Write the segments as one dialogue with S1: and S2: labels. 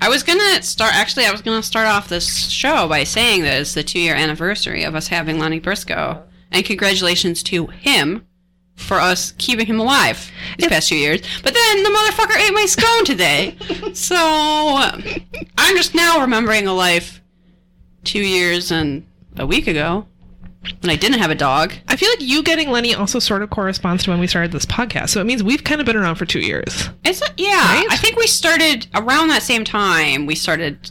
S1: I was gonna start. Actually, I was gonna start off this show by saying that it's the two-year anniversary of us having Lonnie Briscoe, and congratulations to him for us keeping him alive these past two years. But then the motherfucker ate my scone today, so um, I'm just now remembering a life two years and a week ago when I didn't have a dog.
S2: I feel like you getting Lenny also sort of corresponds to when we started this podcast. So it means we've kind of been around for two years.
S1: It's yeah.
S2: Right?
S1: I think we started around that same time. We started.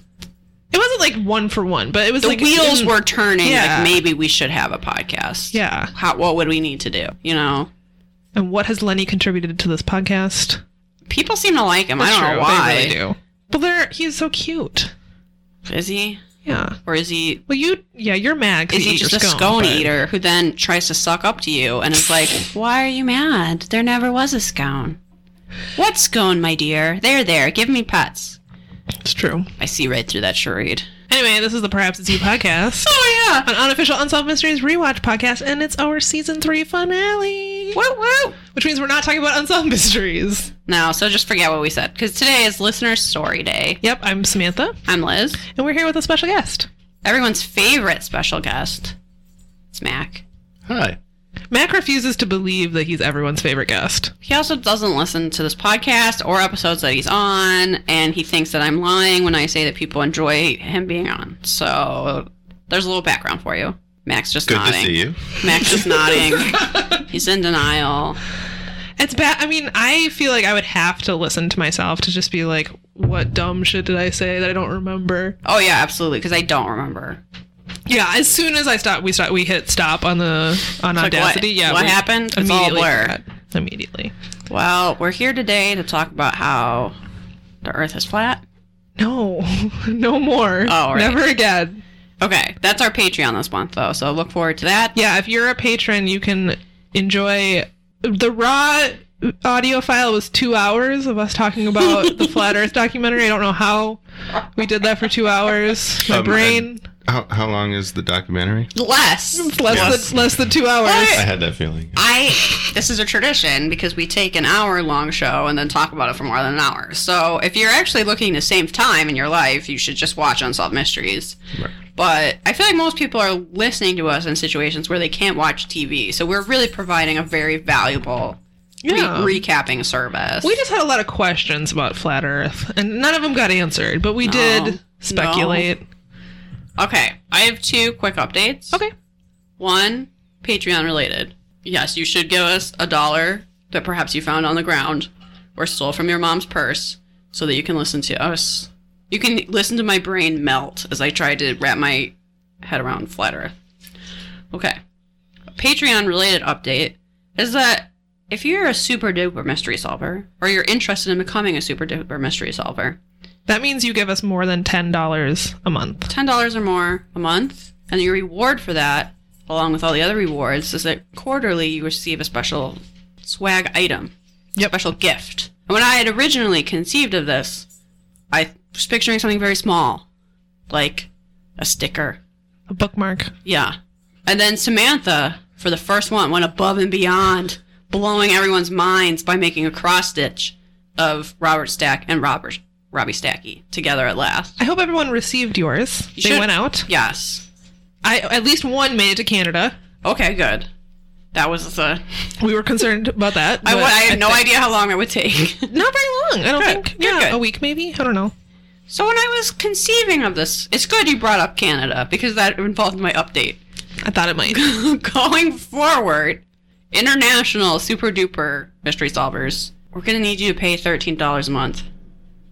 S2: It wasn't like one for one, but it was
S1: The
S2: like
S1: wheels
S2: in-
S1: were turning.
S2: Yeah.
S1: Like maybe we should have a podcast.
S2: Yeah.
S1: How, what would we need to do? You know,
S2: And what has Lenny contributed to this podcast?
S1: people seem to like him. I
S2: That's
S1: don't
S2: true.
S1: know why.
S2: They really do. Well, they're he's so cute.
S1: Is he
S2: Yeah.
S1: or is he?
S2: Well, you yeah, you're mad. 'cause
S1: Is
S2: you
S1: he
S2: ate your
S1: just a
S2: scone,
S1: scone
S2: but-
S1: eater who then tries to suck up to you and is like, "Why are you mad? There never was a scone." What scone, my dear? There, there. Give me pets.
S2: It's true.
S1: I see right through that charade.
S2: Anyway, this is the Perhaps It's You podcast,
S1: Oh yeah.
S2: an unofficial Unsolved Mysteries rewatch podcast, and it's our season three finale.
S1: Woo woo.
S2: Which means we're not talking about unsolved mysteries.
S1: No, so just forget what we said because today is listener story day.
S2: Yep, I'm Samantha,
S1: I'm Liz,
S2: and we're here with a special guest.
S1: everyone's favorite special guest. It's Mac.
S3: Hi.
S2: Mac refuses to believe that he's everyone's favorite guest.
S1: He also doesn't listen to this podcast or episodes that he's on, and he thinks that I'm lying when I say that people enjoy him being on. So there's a little background for you. Mac's just
S3: Good
S1: nodding.
S3: to see you.
S1: Mac's just nodding. He's in denial.
S2: It's bad. I mean, I feel like I would have to listen to myself to just be like, what dumb shit did I say that I don't remember?
S1: Oh yeah, absolutely. Because I don't remember.
S2: Yeah, as soon as I stop, we stop, we hit stop on the on
S1: It's like, what-
S2: audacity. yeah,
S1: what
S2: we
S1: happened? It's all a
S2: immediately
S1: blur.
S2: forgot. Immediately.
S1: Well, we're here today to talk about how the Earth is flat.
S2: No, no more.
S1: Oh, all right.
S2: never again.
S1: Okay, that's our Patreon this month, though. So look forward to that.
S2: Yeah, if you're a patron, you can enjoy the raw audio file was two hours of us talking about the flat Earth documentary. I don't know how we did that for two hours. My
S3: Um,
S2: brain.
S3: How, how long is the documentary?
S1: Less.
S2: less
S3: Yes.
S2: than less than two hours.
S3: I had that feeling.
S1: I. This is a tradition because we take an hour long show and then talk about it for more than an hour. So if you're actually looking to save time in your life, you should just watch Unsolved Mysteries.
S3: Right.
S1: But I feel like most people are listening to us in situations where they can't watch TV. So we're really providing a very valuable re-
S2: Yeah.
S1: recapping service.
S2: we just had a lot of questions about flat Earth, and none of them got answered. But we
S1: No.
S2: did speculate.
S1: okay, I have two quick updates.
S2: Okay.
S1: One, Patreon related. Yes, you should give us a dollar that perhaps you found on the ground or stole from your mom's purse so that you can listen to us. You can listen to my brain melt as I try to wrap my head around flat earth. Okay. Patreon related update is that if you're a super duper mystery solver or you're interested in becoming a super duper mystery solver,
S2: That means you give us more than ten dollars a month.
S1: ten dollars or more a month, and your reward for that, along with all the other rewards, is that quarterly you receive a special swag item,
S2: Yep.
S1: special gift. And when I had originally conceived of this, I was picturing something very small, like a sticker.
S2: A bookmark.
S1: Yeah, and then Samantha, for the first one, went above and beyond, blowing everyone's minds by making a cross stitch of Robert Stack and Robert Robbie Stacky together at last.
S2: I hope everyone received yours.
S1: You
S2: they
S1: should-
S2: went out.
S1: Yes.
S2: I at least one made it to Canada.
S1: Okay, good. That was the.
S2: We were concerned about that.
S1: I,
S2: but
S1: I had no
S2: thi-
S1: idea how long it would take.
S2: Not very long. I don't
S1: Good.
S2: think.
S1: You're
S2: yeah,
S1: good.
S2: a week maybe. I don't know.
S1: so when I was conceiving of this, it's good you brought up Canada because that involved my update.
S2: I thought it might.
S1: Going forward, international super duper mystery solvers, we're gonna need you to pay thirteen dollars a month.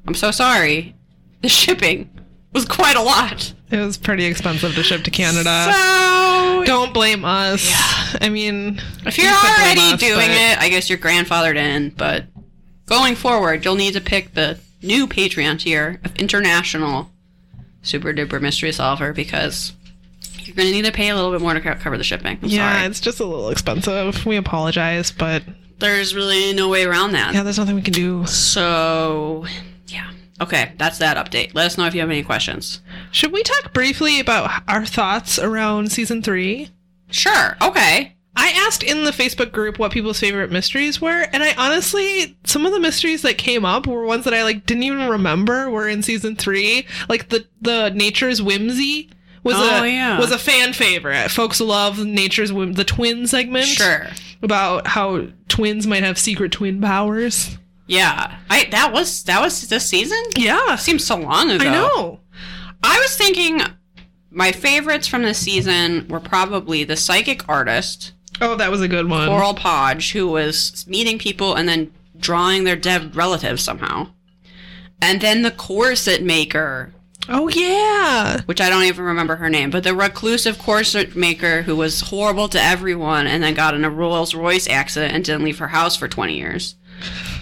S1: I'm so sorry. The shipping was quite a lot.
S2: it was pretty expensive to ship to Canada.
S1: So
S2: don't blame us. I mean,
S1: If you're
S2: you could blame
S1: already
S2: us,
S1: doing
S2: but-
S1: it, I guess you're grandfathered in, but going forward, you'll need to pick the new Patreon tier of international super duper mystery solver because you're going to need to pay a little bit more to co- cover the shipping. I'm
S2: yeah,
S1: sorry.
S2: it's just a little expensive. We apologize, but
S1: There's really no way around that.
S2: yeah, there's nothing we can do.
S1: So, yeah. Okay, that's that update. Let us know if you have any questions.
S2: Should we talk briefly about our thoughts around season three?
S1: Sure. Okay.
S2: I asked in the Facebook group what people's favorite mysteries were, and I honestly, some of the mysteries that came up were ones that I like didn't even remember were in season three. Like the the Nature's Whimsy was
S1: Oh,
S2: a
S1: yeah.
S2: was a fan favorite. Folks love Nature's Whim- the twin segment
S1: Sure.
S2: about how twins might have secret twin powers.
S1: Yeah. I that was that was this season?
S2: Yeah,
S1: That seems so long ago.
S2: I know.
S1: I was thinking my favorites from this season were probably the psychic artist,
S2: Oh, that was a good one.
S1: Oral Podge, who was meeting people and then drawing their dead relatives somehow. And then the corset maker,
S2: Oh yeah,
S1: which I don't even remember her name, but the reclusive corset maker who was horrible to everyone and then got in a Rolls Royce accident and didn't leave her house for 20 years.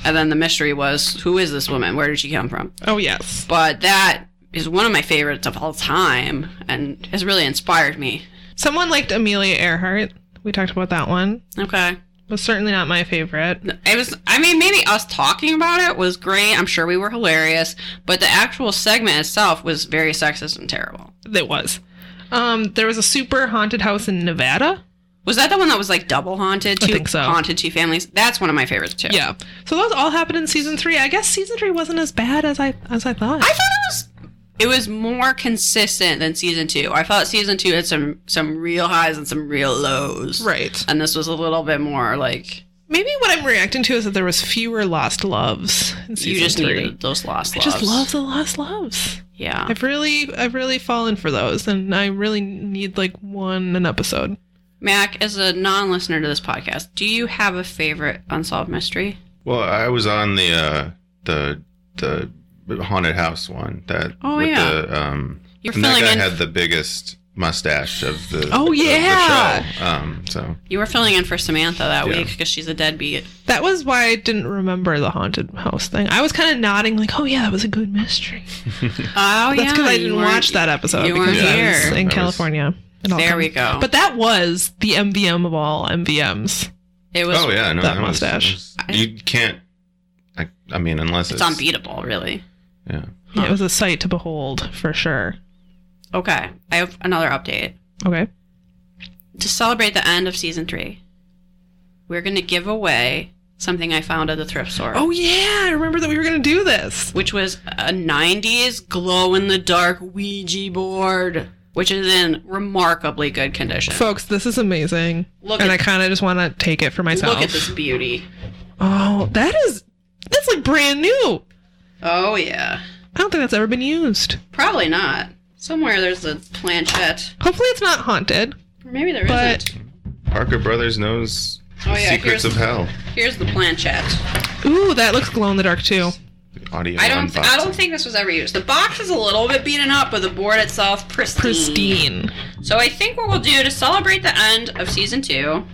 S1: And then the mystery was who is this woman? Where did she come from?
S2: oh yes.
S1: But that is one of my favorites of all time and has really inspired me.
S2: Someone liked Amelia Earhart. We talked about that one.
S1: Okay.
S2: Was certainly not my favorite.
S1: It was, I mean, maybe us talking about it was great. I'm sure we were hilarious, but the actual segment itself was very sexist and terrible.
S2: That was. Um, there was a super haunted house in Nevada.
S1: Was that the one that was like double haunted?
S2: I
S1: Two
S2: think so.
S1: Haunted two families. That's one of my favorites too.
S2: Yeah. So those all happened in season three. I guess season three wasn't as bad as I as I thought.
S1: I thought it was it was more consistent than season two. I thought season two had some some real highs and some real lows.
S2: right.
S1: And this was a little bit more like
S2: Maybe what I'm reacting to is that there was fewer lost loves in season
S1: you just
S2: three.
S1: needed those lost
S2: I
S1: loves.
S2: just love the lost loves.
S1: Yeah.
S2: I've really I've really fallen for those, and I really need like one an episode.
S1: Mac, as a non-listener to this podcast, do you have a favorite unsolved mystery?
S3: Well, I was on the uh, the the haunted house one that
S1: Oh,
S3: with
S1: yeah.
S3: the um
S1: You're
S3: and that
S1: filling
S3: guy
S1: in.
S3: had the biggest mustache of the
S2: Oh,
S3: of the
S2: yeah.
S3: show. um so
S1: you were filling in for Samantha that
S3: Yeah.
S1: week because she's a deadbeat.
S2: That was why I didn't remember the haunted house thing. I was kind of nodding, like, "Oh yeah, that was a good mystery."
S1: Oh
S2: That's because I didn't watch that episode
S1: you
S2: because
S1: weren't
S2: I was
S1: here.
S2: in
S3: That was-
S2: California. It all
S1: There we
S2: comes-
S1: go.
S2: But that was the MVM of all MVMs.
S1: It was
S3: oh yeah no
S2: that
S3: that was-
S2: mustache.
S3: was- you can't I, I mean unless
S1: it's
S3: it's,
S1: unbeatable, really.
S3: yeah
S2: Yeah, it was a sight to behold for sure.
S1: Okay, I have another update.
S2: Okay.
S1: to celebrate the end of season three, we're going to give away something I found at the thrift store,
S2: Oh yeah, I remember that we were gonna do this.
S1: which was a 90s glow in the dark Ouija board, which is in remarkably good condition.
S2: Folks, this is amazing.
S1: Look
S2: and
S1: at-
S2: I kind of just want to take it for myself.
S1: Look at this beauty.
S2: Oh, that is that's like brand new.
S1: Oh, yeah.
S2: I don't think that's ever been used.
S1: Probably not. Somewhere there's a planchette.
S2: Hopefully, it's not haunted.
S1: Or maybe there
S2: But-
S1: not
S3: Parker Brothers knows
S1: Oh,
S3: the
S1: yeah,
S3: secrets
S1: here's-
S3: of hell
S1: Here's the planchette.
S2: Ooh, that looks glow in the dark too.
S3: audio
S1: I don't
S3: unboxing.
S1: I don't think this was ever used. The box is a little bit beaten up, but the board itself
S2: Pristine.
S1: So I think what we'll do to celebrate the end of season two.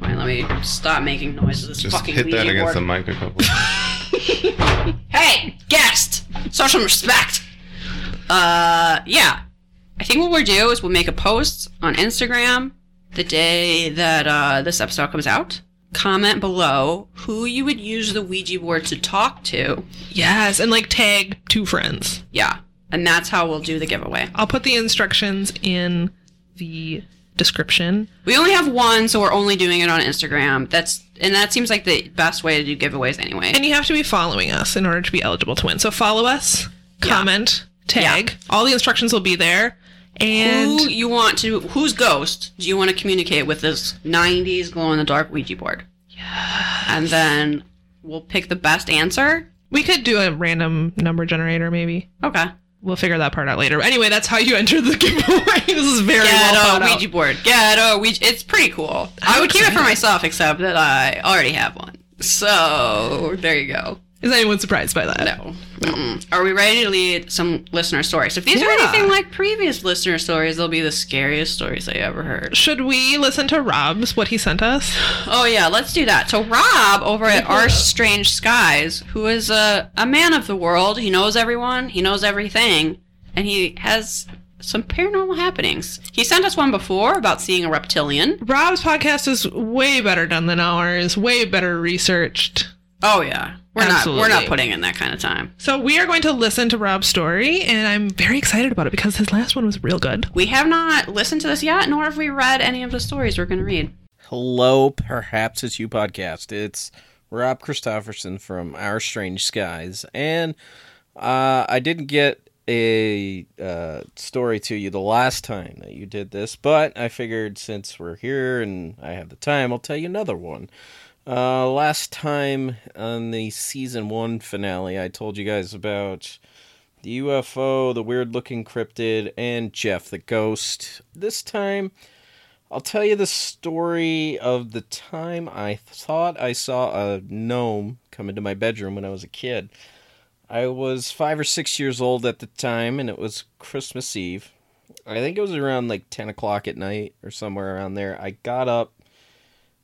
S1: Wait, let me stop making noises. This
S3: just
S1: fucking
S3: hit that
S1: Ouija
S3: against the
S1: board.
S3: mic a couple
S1: Hey, guest! Show some respect. Uh, yeah. I think what we'll do is we'll make a post on Instagram the day that uh, this episode comes out. Comment below who you would use the Ouija board to talk to.
S2: Yes, and like tag two friends.
S1: Yeah, and that's how we'll do the giveaway.
S2: I'll put the instructions in the description.
S1: We only have one, so we're only doing it on Instagram. That's and that seems like the best way to do giveaways anyway.
S2: And you have to be following us in order to be eligible to win. So follow us, comment, tag. All the instructions will be there. And
S1: who you want to whose ghost do you want to communicate with this 90s glow in the dark ouija board yeah and then we'll pick the best answer
S2: we could do a random number generator, maybe.
S1: okay
S2: We'll figure that part out later. But anyway, that's how you enter the giveaway. this is very
S1: Get
S2: well thought
S1: a
S2: out.
S1: Ouija board. Get a Ouija. It's pretty cool. i would keep it for
S2: excited.
S1: myself, except that I already have one. So there you go.
S2: Is anyone surprised by that?
S1: No. Mm-mm. Are we ready to lead some listener stories? If these are
S2: Yeah.
S1: anything like previous listener stories, they'll be the scariest stories I ever heard.
S2: Should we listen to Rob's what he sent us?
S1: Oh yeah, let's do that. So Rob over at Our Strange Skies, who is a, a man of the world, he knows everyone, he knows everything, and he has some paranormal happenings. He sent us one before about seeing a reptilian.
S2: Rob's podcast is way better done than ours, way better researched.
S1: Oh yeah. We're not we're
S2: Absolutely.
S1: not putting in that kind of time.
S2: So we are going to listen to Rob's story, and I'm very excited about it because his last one was real good.
S1: We have not listened to this yet, nor have we read any of the stories we're gonna read.
S4: Hello, perhaps it's you podcast. It's Rob Christofferson from Our Strange Skies, and uh, I didn't get a uh, story to you the last time that you did this, but I figured since we're here and I have the time, I'll tell you another one. Uh, last time on the season one finale, I told you guys about the UFO, the weird looking cryptid, and Jeff the ghost. This time, I'll tell you the story of the time I thought I saw a gnome come into my bedroom when I was a kid. I was five or six years old at the time, and it was Christmas Eve. I think it was around like 10 o'clock at night or somewhere around there. I got up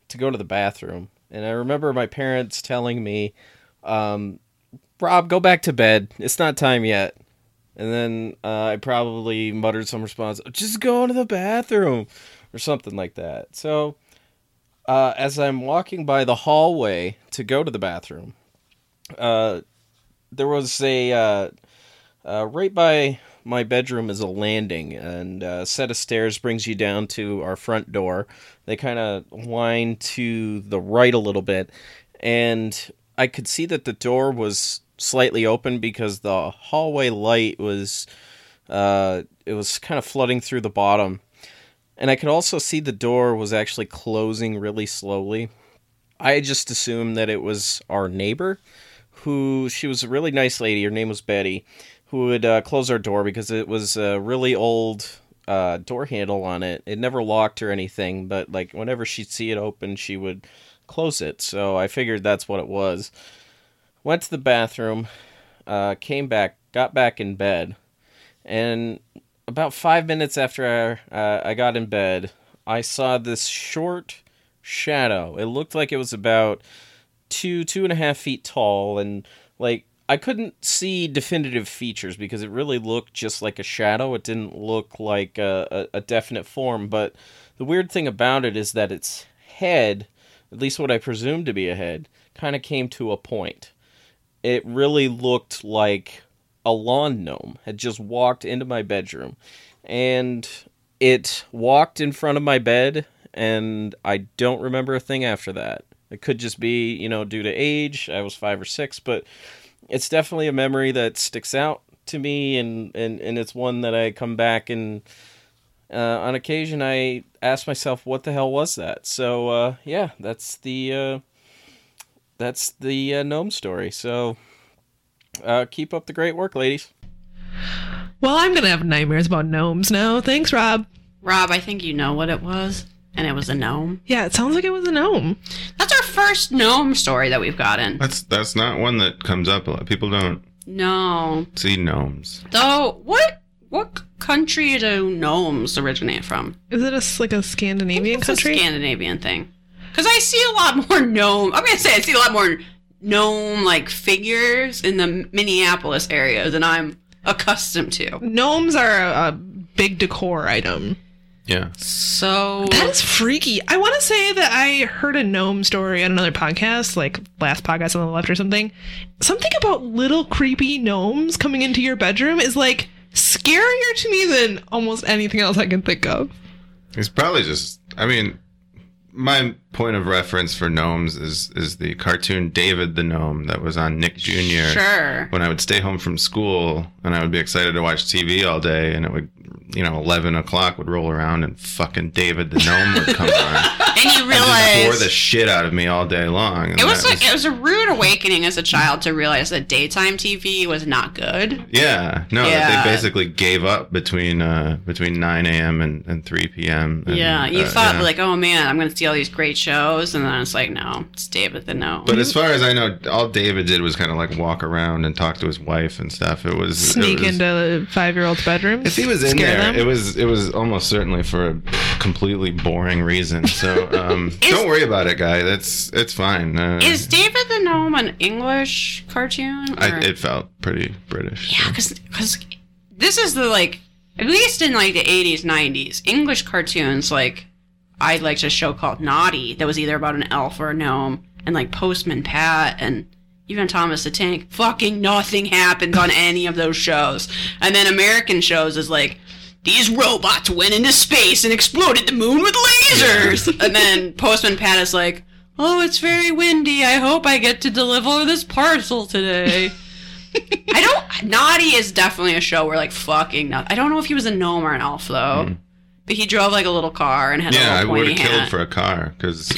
S4: to go to the bathroom, and I remember my parents telling me, um, Rob, go back to bed. It's not time yet. And then uh, I probably muttered some response, just go to the bathroom or something like that. So uh, as I'm walking by the hallway to go to the bathroom, uh, there was a uh, uh, right by my bedroom is a landing, and a set of stairs brings you down to our front door. They kind of wind to the right a little bit, and I could see that the door was slightly open because the hallway light was uh, it was kind of flooding through the bottom, and I could also see the door was actually closing really slowly. I just assumed that it was our neighbor, who she was a really nice lady. Her name was Betty, who would uh, close our door because it was a really old uh, door handle on it. It never locked or anything, but like whenever she'd see it open, she would close it. So I figured that's what it was. Went to the bathroom, uh, came back, got back in bed, and about five minutes after I, uh, I got in bed, I saw this short shadow. It looked like it was about two, two and a half feet tall, and like I couldn't see definitive features because it really looked just like a shadow. It didn't look like a, a, a definite form, but the weird thing about it is that its head, at least what I presumed to be a head, kind of came to a point it really looked like a lawn gnome had just walked into my bedroom and it walked in front of my bed and i don't remember a thing after that it could just be you know due to age i was five or six but it's definitely a memory that sticks out to me and and, and it's one that i come back and uh, on occasion i ask myself what the hell was that so uh, yeah that's the uh, that's the uh, gnome story. So uh, keep up the great work, ladies.
S2: Well, I'm gonna have nightmares about gnomes now. Thanks, Rob.
S1: Rob, I think you know what it was, and it was a gnome.
S2: Yeah, it sounds like it was a gnome.
S1: That's our first gnome story that we've gotten.
S3: That's that's not one that comes up a lot. People don't
S1: No.
S3: see gnomes.
S1: Though, what what country do gnomes originate from?
S2: Is it a s like a Scandinavian
S1: It's a
S2: country?
S1: Scandinavian thing. Because I see a lot more gnome. I'm gonna say I see a lot more gnome like figures in the Minneapolis area than I'm accustomed to.
S2: Gnomes are a, a big decor item.
S3: Yeah.
S1: So
S2: That is freaky. I want to say that I heard a gnome story on another podcast, like last podcast on the left or something. Something about little creepy gnomes coming into your bedroom is like scarier to me than almost anything else I can think of.
S3: It's probably just. I mean, my point of reference for gnomes is is the cartoon David the Gnome that was on Nick Jr.
S1: sure.
S3: When I would stay home from school and I would be excited to watch TV all day, and it would, you know, eleven o'clock would roll around and fucking David the Gnome would come on
S1: And you
S3: and just bore
S1: realize
S3: the shit out of me all day long. And
S1: it was
S3: that
S1: like it was a rude awakening as a child to realize that daytime TV was not good.
S3: Yeah, no, that
S1: Yeah.
S3: they basically gave up between uh, between 9 a.m. and, and 3 p.m. and,
S1: yeah, you
S3: uh,
S1: thought
S3: yeah.
S1: like, oh man, I'm gonna see all these great shows, and then it's like, no, it's David the Gnome.
S3: But as far as I know, all David did was kind of like walk around and talk to his wife and stuff. It was
S2: Sneak
S3: it was,
S2: into five year olds' bedrooms.
S3: If he was in
S2: scare
S3: there,
S2: them.
S3: it was it was almost certainly for a completely boring reason. So um, don't worry about it, guy. That's it's fine. Uh,
S1: is David the Gnome an English cartoon?
S3: I,
S1: or-
S3: it felt pretty British.
S1: Yeah, because this is the like at least in like the eighties, nineties English cartoons like I liked a show called Naughty that was either about an elf or a gnome and like Postman Pat and even Thomas the Tank. Fucking nothing happens on any of those shows. And then American shows is like these robots went into space and exploded the moon with lasers. and then Postman Pat is like, oh, it's very windy. I hope I get to deliver this parcel today. I don't. Naughty is definitely a show where like fucking. Not, I don't know if he was a gnome or an elf though, but he drove like a little car and had
S3: Mm-hmm. Yeah,
S1: a
S3: I
S1: little
S3: would
S1: pointy
S3: have killed
S1: hat.
S3: for a car because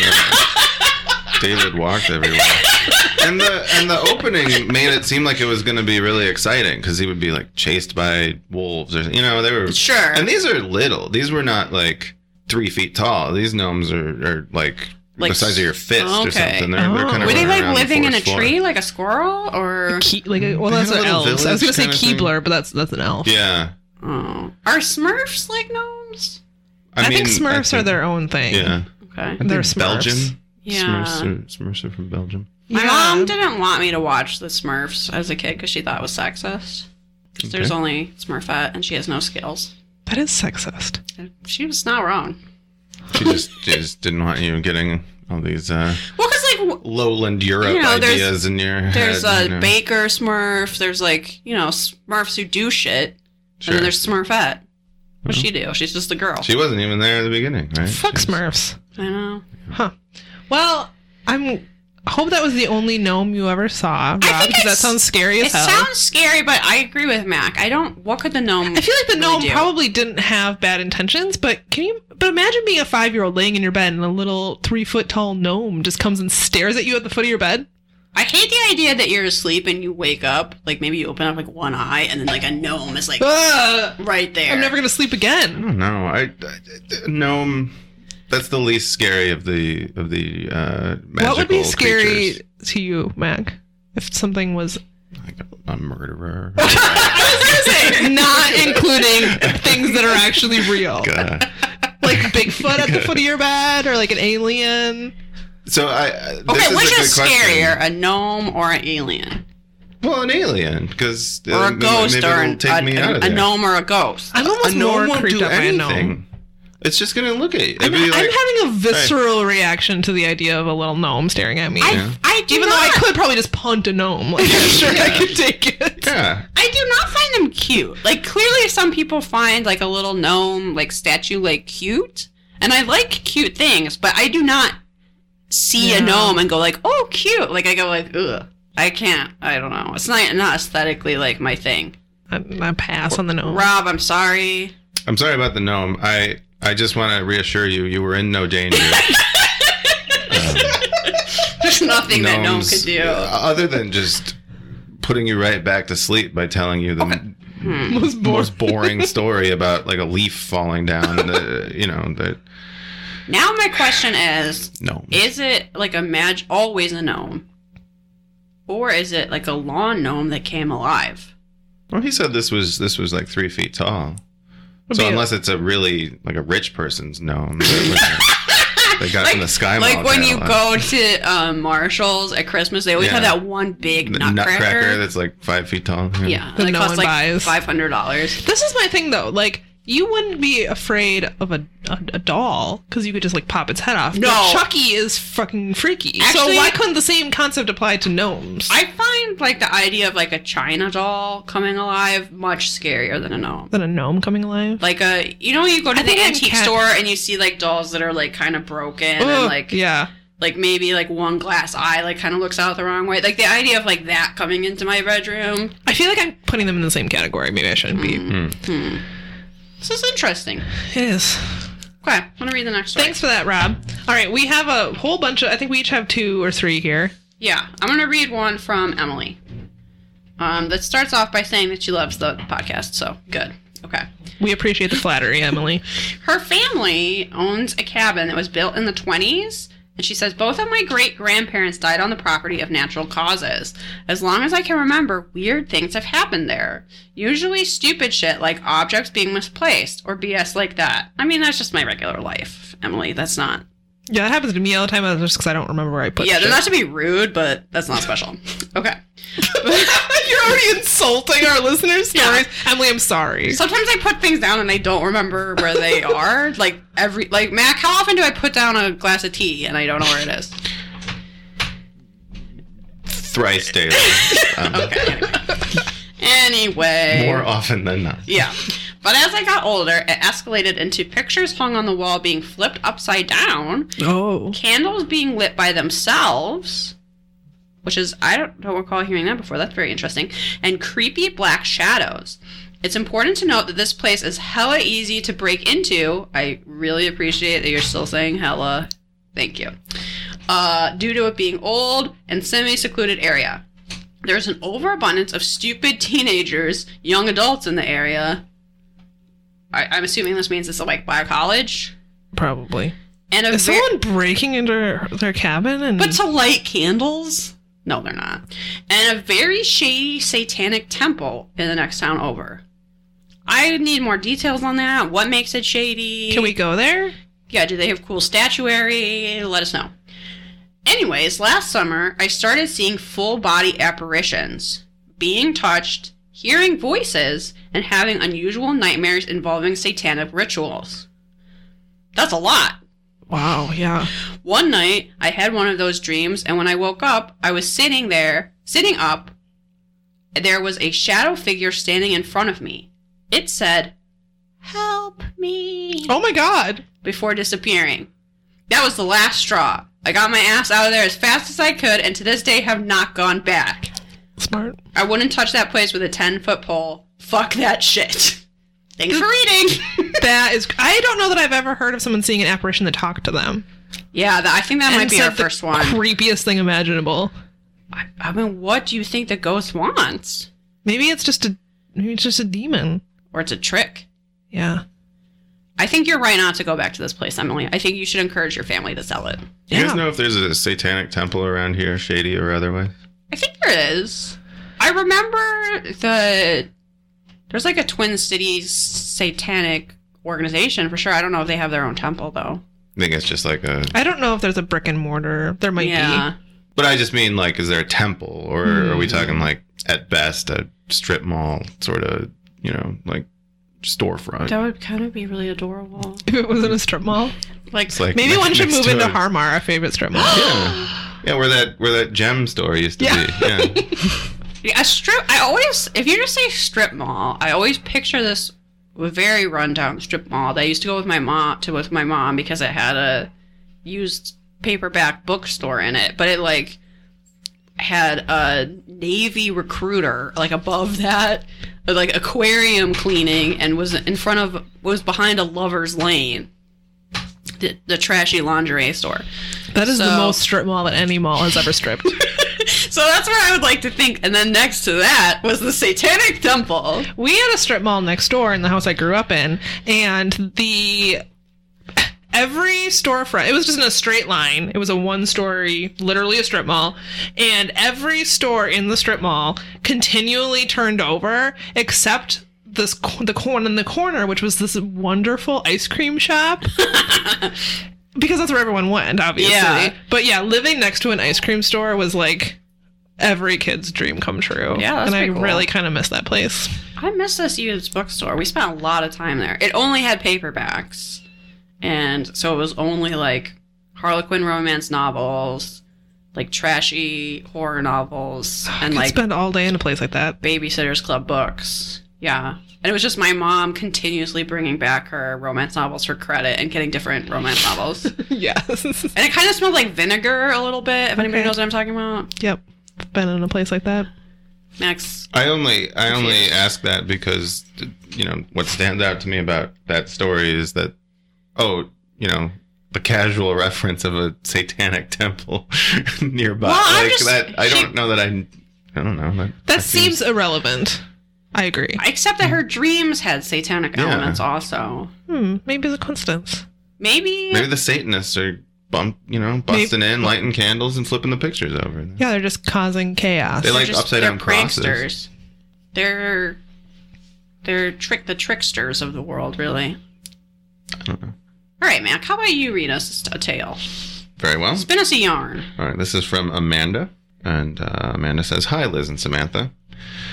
S3: David walked everywhere. And the and the opening made it seem like it was going to be really exciting because he would be like chased by wolves or you know they were
S1: sure.
S3: and these are little. These were not like three feet tall. These gnomes are, are like,
S1: Like
S3: the size of your fist or
S1: okay.
S3: something. They're, they're
S2: Oh.
S3: kind of
S1: Were they
S3: running
S1: like
S3: around the
S1: living in a
S3: forest floor.
S1: tree, like a squirrel, or
S2: Ke- like a, well,
S3: They
S2: that's
S3: have
S2: an
S3: a little
S2: elf. I was gonna
S3: village
S2: say
S3: kinda thing.
S2: Keebler, but that's that's an elf.
S3: Yeah,
S1: oh. are Smurfs like gnomes?
S2: I,
S3: mean,
S2: think Smurfs are
S3: think-
S2: their own thing.
S3: Yeah,
S1: Okay.
S3: I
S2: They're
S3: think
S2: Smurfs.
S3: Belgian.
S1: Yeah.
S3: Smurfs, are, Smurfs are from Belgium.
S1: My
S2: Yeah.
S1: mom didn't want me to watch the Smurfs as a kid because she thought it was sexist. 'Cause There's
S3: Okay.
S1: only Smurfette, and she has no skills.
S2: That is sexist.
S1: She was not wrong.
S3: She just, she just didn't want you getting all these uh,
S1: Well, because like w-
S3: lowland Europe
S1: You know, there's-
S3: ideas in your head.
S1: there's a
S3: you know.
S1: Baker Smurf. There's like you know Smurfs who do shit, and
S3: Sure.
S1: then there's Smurfette. What she do? She's just a girl.
S3: She wasn't even there at the beginning, right?
S2: Fuck
S3: She was-
S2: Smurfs.
S1: I know.
S2: Huh. Well, I'm. I hope that was the only gnome you ever saw, Rob,
S1: think
S2: because that
S1: it's-
S2: sounds scary
S1: It
S2: as hell.
S1: sounds scary, but I agree with Mac. I don't. What could the gnome?
S2: I feel like the
S1: really
S2: gnome
S1: do?
S2: probably didn't have bad intentions, but can you? But imagine being a five-year-old laying in your bed and a little three-foot-tall gnome just comes and stares at you at the foot of your bed.
S1: I hate the idea that you're asleep and you wake up. Like maybe you open up like one eye, and then like a gnome is like
S2: Ugh,
S1: right there.
S2: I'm never gonna sleep
S3: I
S2: again.
S3: don't know. I, I- I- gnome. That's the least scary of the of the uh, magical
S2: what would be scary
S3: creatures.
S2: to you, Mac, if something was
S3: Like a, a murderer.
S2: not including things that are actually real,
S3: God.
S2: like Bigfoot at the foot of your bed or like an alien?
S3: So I. I- This
S1: Okay,
S3: is
S1: which
S3: a good
S1: is scarier, a gnome or an alien,
S3: Question. Well, an alien, because
S1: or a ghost,
S3: maybe
S1: or
S3: it'll
S1: an,
S3: take
S1: a,
S3: me
S1: a,
S3: out of
S1: a
S3: there.
S1: gnome or a ghost?
S2: I'm
S3: A
S2: almost
S3: gnome
S2: more
S3: won't
S2: creeped
S3: do
S2: out by a gnome.
S3: anything. It's just gonna look at you. It'd
S2: I'm,
S3: be like,
S2: I'm having a visceral reaction to the idea of a little gnome staring at me.
S1: I,
S3: Yeah.
S1: I do
S2: Even though
S1: not,
S2: I could probably just punt a gnome. Like, I'm sure I could take it.
S3: yeah,
S1: I do not find them cute. Like clearly, some people find like a little gnome like statue like cute, and I like cute things, but I do not see a
S2: Yeah.
S1: gnome and go like, oh, cute. Like I go like, ugh, I can't. I don't know. It's not not aesthetically like my thing.
S2: I, I pass on the gnome.
S1: Rob, I'm sorry.
S3: I'm sorry about the gnome. I I just want to reassure you, you were in no danger.
S1: There's nothing that gnome
S3: Gnomes, uh,
S1: could do.
S3: other than just putting you right back to sleep by telling you the
S1: Hmm.
S2: Most bored.
S3: most boring story about like a leaf falling down. The you know the
S1: Now my question is:
S3: gnome.
S1: Is it like a mag always a gnome, or is it like a lawn gnome that came alive?
S3: Well, he said this was this was like three feet tall.
S2: Would
S3: So
S2: be-
S3: unless it's a really like a rich person's gnome, that was- they got from the sky.
S1: Like
S3: Mall
S1: when you
S3: catalog.
S1: go to um, Marshalls at Christmas, they always have
S3: Yeah.
S1: that one big
S3: The
S1: nutcracker.
S3: that's like five feet tall.
S1: yeah,
S2: That
S1: that
S2: no
S1: costs
S2: one
S1: like
S2: buys.
S1: five hundred dollars.
S2: This is my thing, though. Like, you wouldn't be afraid of a, a, a doll because you could just, like, pop its head off.
S1: No.
S2: But Chucky is fucking freaky.
S1: Actually-
S2: so why couldn't the same concept apply to gnomes?
S1: I find like the idea of like a China doll coming alive much scarier than a gnome.
S2: than a gnome coming alive?
S1: Like a, you know, when you go to
S2: I
S1: the
S2: think I'm
S1: antique
S2: cat-
S1: store and you see like dolls that are like kind of broken and
S2: Ugh,
S1: like
S2: yeah.
S1: like maybe like one glass eye like kind of looks out the wrong way. Like the idea of like that coming into my bedroom.
S2: I feel like I'm putting them in the same category. Maybe I shouldn't be.
S1: Mm-hmm. This is interesting.
S2: It is.
S1: Okay, I'm gonna read the next story.
S2: Thanks for that, Rob. All right, we have a whole bunch of. I think we each have two or three here.
S1: Yeah, I'm gonna read one from Emily. Um, that starts off by saying that she loves the podcast, so good. Okay.
S2: We appreciate the flattery, Emily.
S1: Her family owns a cabin that was built in the 20s, and she says both of my great grandparents died on the property of natural causes. As long as I can remember, weird things have happened there. Usually stupid shit like objects being misplaced or BS like that. I mean, that's just my regular life, Emily. That's not.
S2: Yeah, that happens to me all the time. That's just because I don't remember where I put.
S1: yeah,
S2: shit.
S1: they're not to be rude, but that's not special. okay.
S2: You're already insulting our listeners' stories, Emily. I'm sorry.
S1: Sometimes I put things down and I don't remember where they are. Like every like Mac, how often do I put down a glass of tea and I don't know where it is?
S3: Thrice daily. Um,
S1: Okay. Anyway.
S3: More often than not.
S1: Yeah. But as I got older, it escalated into pictures hung on the wall being flipped upside down,
S2: Oh.
S1: candles being lit by themselves, which is, I don't, don't recall hearing that before. That's very interesting. And creepy black shadows. It's important to note that this place is hella easy to break into. I really appreciate that you're still saying hella. Thank you. Uh, due to it being old and semi secluded area. There's an overabundance of stupid teenagers, young adults in the area. I, I'm assuming this means it's like by college.
S2: Probably.
S1: And a
S2: Is
S1: ver-
S2: someone breaking into her- their cabin and
S1: But to light candles? No, they're not. And a very shady satanic temple in the next town over. I need more details on that. What makes it shady?
S2: can we go there?
S1: Yeah, do they have cool statuary? Let us know. Anyways, last summer, I started seeing full body apparitions, being touched, hearing voices, and having unusual nightmares involving satanic rituals. That's a lot.
S2: Wow, yeah.
S1: One night, I had one of those dreams, and when I woke up, I was sitting there, sitting up. There was a shadow figure standing in front of me. It said, Help me,
S2: Oh my god.
S1: before disappearing. That was the last straw. I got my ass out of there as fast as I could, and to this day have not gone back.
S2: Smart.
S1: I wouldn't touch that place with a 10 foot pole. Fuck that shit. Thanks for reading.
S2: That is I don't know that I've ever heard of someone seeing an apparition that talked to them.
S1: yeah, that, I think that
S2: And
S1: might be
S2: said
S1: our
S2: the
S1: first one.
S2: Creepiest thing imaginable.
S1: I, I mean, what do you think the ghost wants?
S2: Maybe it's just a maybe it's just a demon.
S1: or it's a trick.
S2: Yeah.
S1: I think you're right not to go back to this place, Emily. I think you should encourage your family to sell it.
S3: You
S2: Yeah.
S3: guys know if there's a satanic temple around here, shady or otherwise?
S1: I think there is. I remember the there's like a Twin Cities satanic organization for sure. I don't know if they have their own temple though.
S3: I think it's just like a.
S2: I don't know if there's a brick and mortar. There might
S1: yeah.
S3: But I just mean like, is there a temple, or are we
S2: Hmm.
S3: talking like at best a strip mall sort of, you know, like storefront?
S1: That would kind of be really adorable.
S2: be. If it was in a strip mall.
S1: Like,
S3: It's like
S2: Maybe
S3: ne-
S2: one should
S3: next
S2: move
S3: to
S2: into
S3: a-
S2: Harmar, our favorite strip mall.
S3: Yeah. yeah, where that where that gem store used to
S2: Yeah.
S3: be. Yeah.
S1: a strip I always if you just say strip mall, I always picture this very rundown strip mall that I used to go with my mom to with my mom because it had a used paperback bookstore in it, but it like had a navy recruiter like above that like aquarium cleaning and was in front of was behind a lover's lane the, the trashy lingerie store
S2: That is the
S1: So-
S2: most strip mall that any mall has ever stripped.
S1: so that's where i would like to think and then next to that was the satanic temple
S2: we had a strip mall next door in the house I grew up in, and the every storefront it was just in a straight line. It was a one story, literally a strip mall, and every store in the strip mall continually turned over except this co- the corn in the corner, which was this wonderful ice cream shop. Because that's where everyone went, obviously.
S1: Yeah.
S2: But yeah, living next to an ice cream store was like every kid's dream come true.
S1: Yeah, that's
S2: and I
S1: pretty cool.
S2: really kind of miss that place.
S1: I miss this used bookstore. We spent a lot of time there. It only had paperbacks. And so it was only like Harlequin romance novels, like trashy horror novels, and
S2: Could
S1: like
S2: spend all day in a place like that.
S1: Babysitter's Club books. Yeah. And it was just my mom continuously bringing back her romance novels for credit and getting different romance novels. And
S2: yes.
S1: it kind of smelled like vinegar a little bit, if anybody
S2: Okay.
S1: knows what I'm talking about.
S2: yep. Been in a place like that.
S1: Max.
S3: I only I only ask that because you know what stands out to me about that story is that oh you know the casual reference of a satanic temple nearby
S1: Well, I'm
S3: like
S1: just-
S3: that I
S1: she-
S3: don't know that I I don't know that
S2: That seems irrelevant. I agree.
S1: Except that her dreams had satanic
S3: Yeah.
S1: elements also.
S2: Hmm, maybe it's a coincidence.
S3: maybe the Satanists are bump you know busting in lighting candles and flipping the pictures over
S2: Yeah, they're just causing chaos.
S3: They
S1: They're
S3: like upside
S1: they're
S3: down crosses.
S1: pranksters. They're they're trick the tricksters of the world, really.
S3: I don't know.
S1: All right, Mac. How about you read us a tale?
S3: very well
S1: Spin us a yarn.
S3: All right, this is from Amanda. And uh, Amanda says, Hi, Liz and Samantha.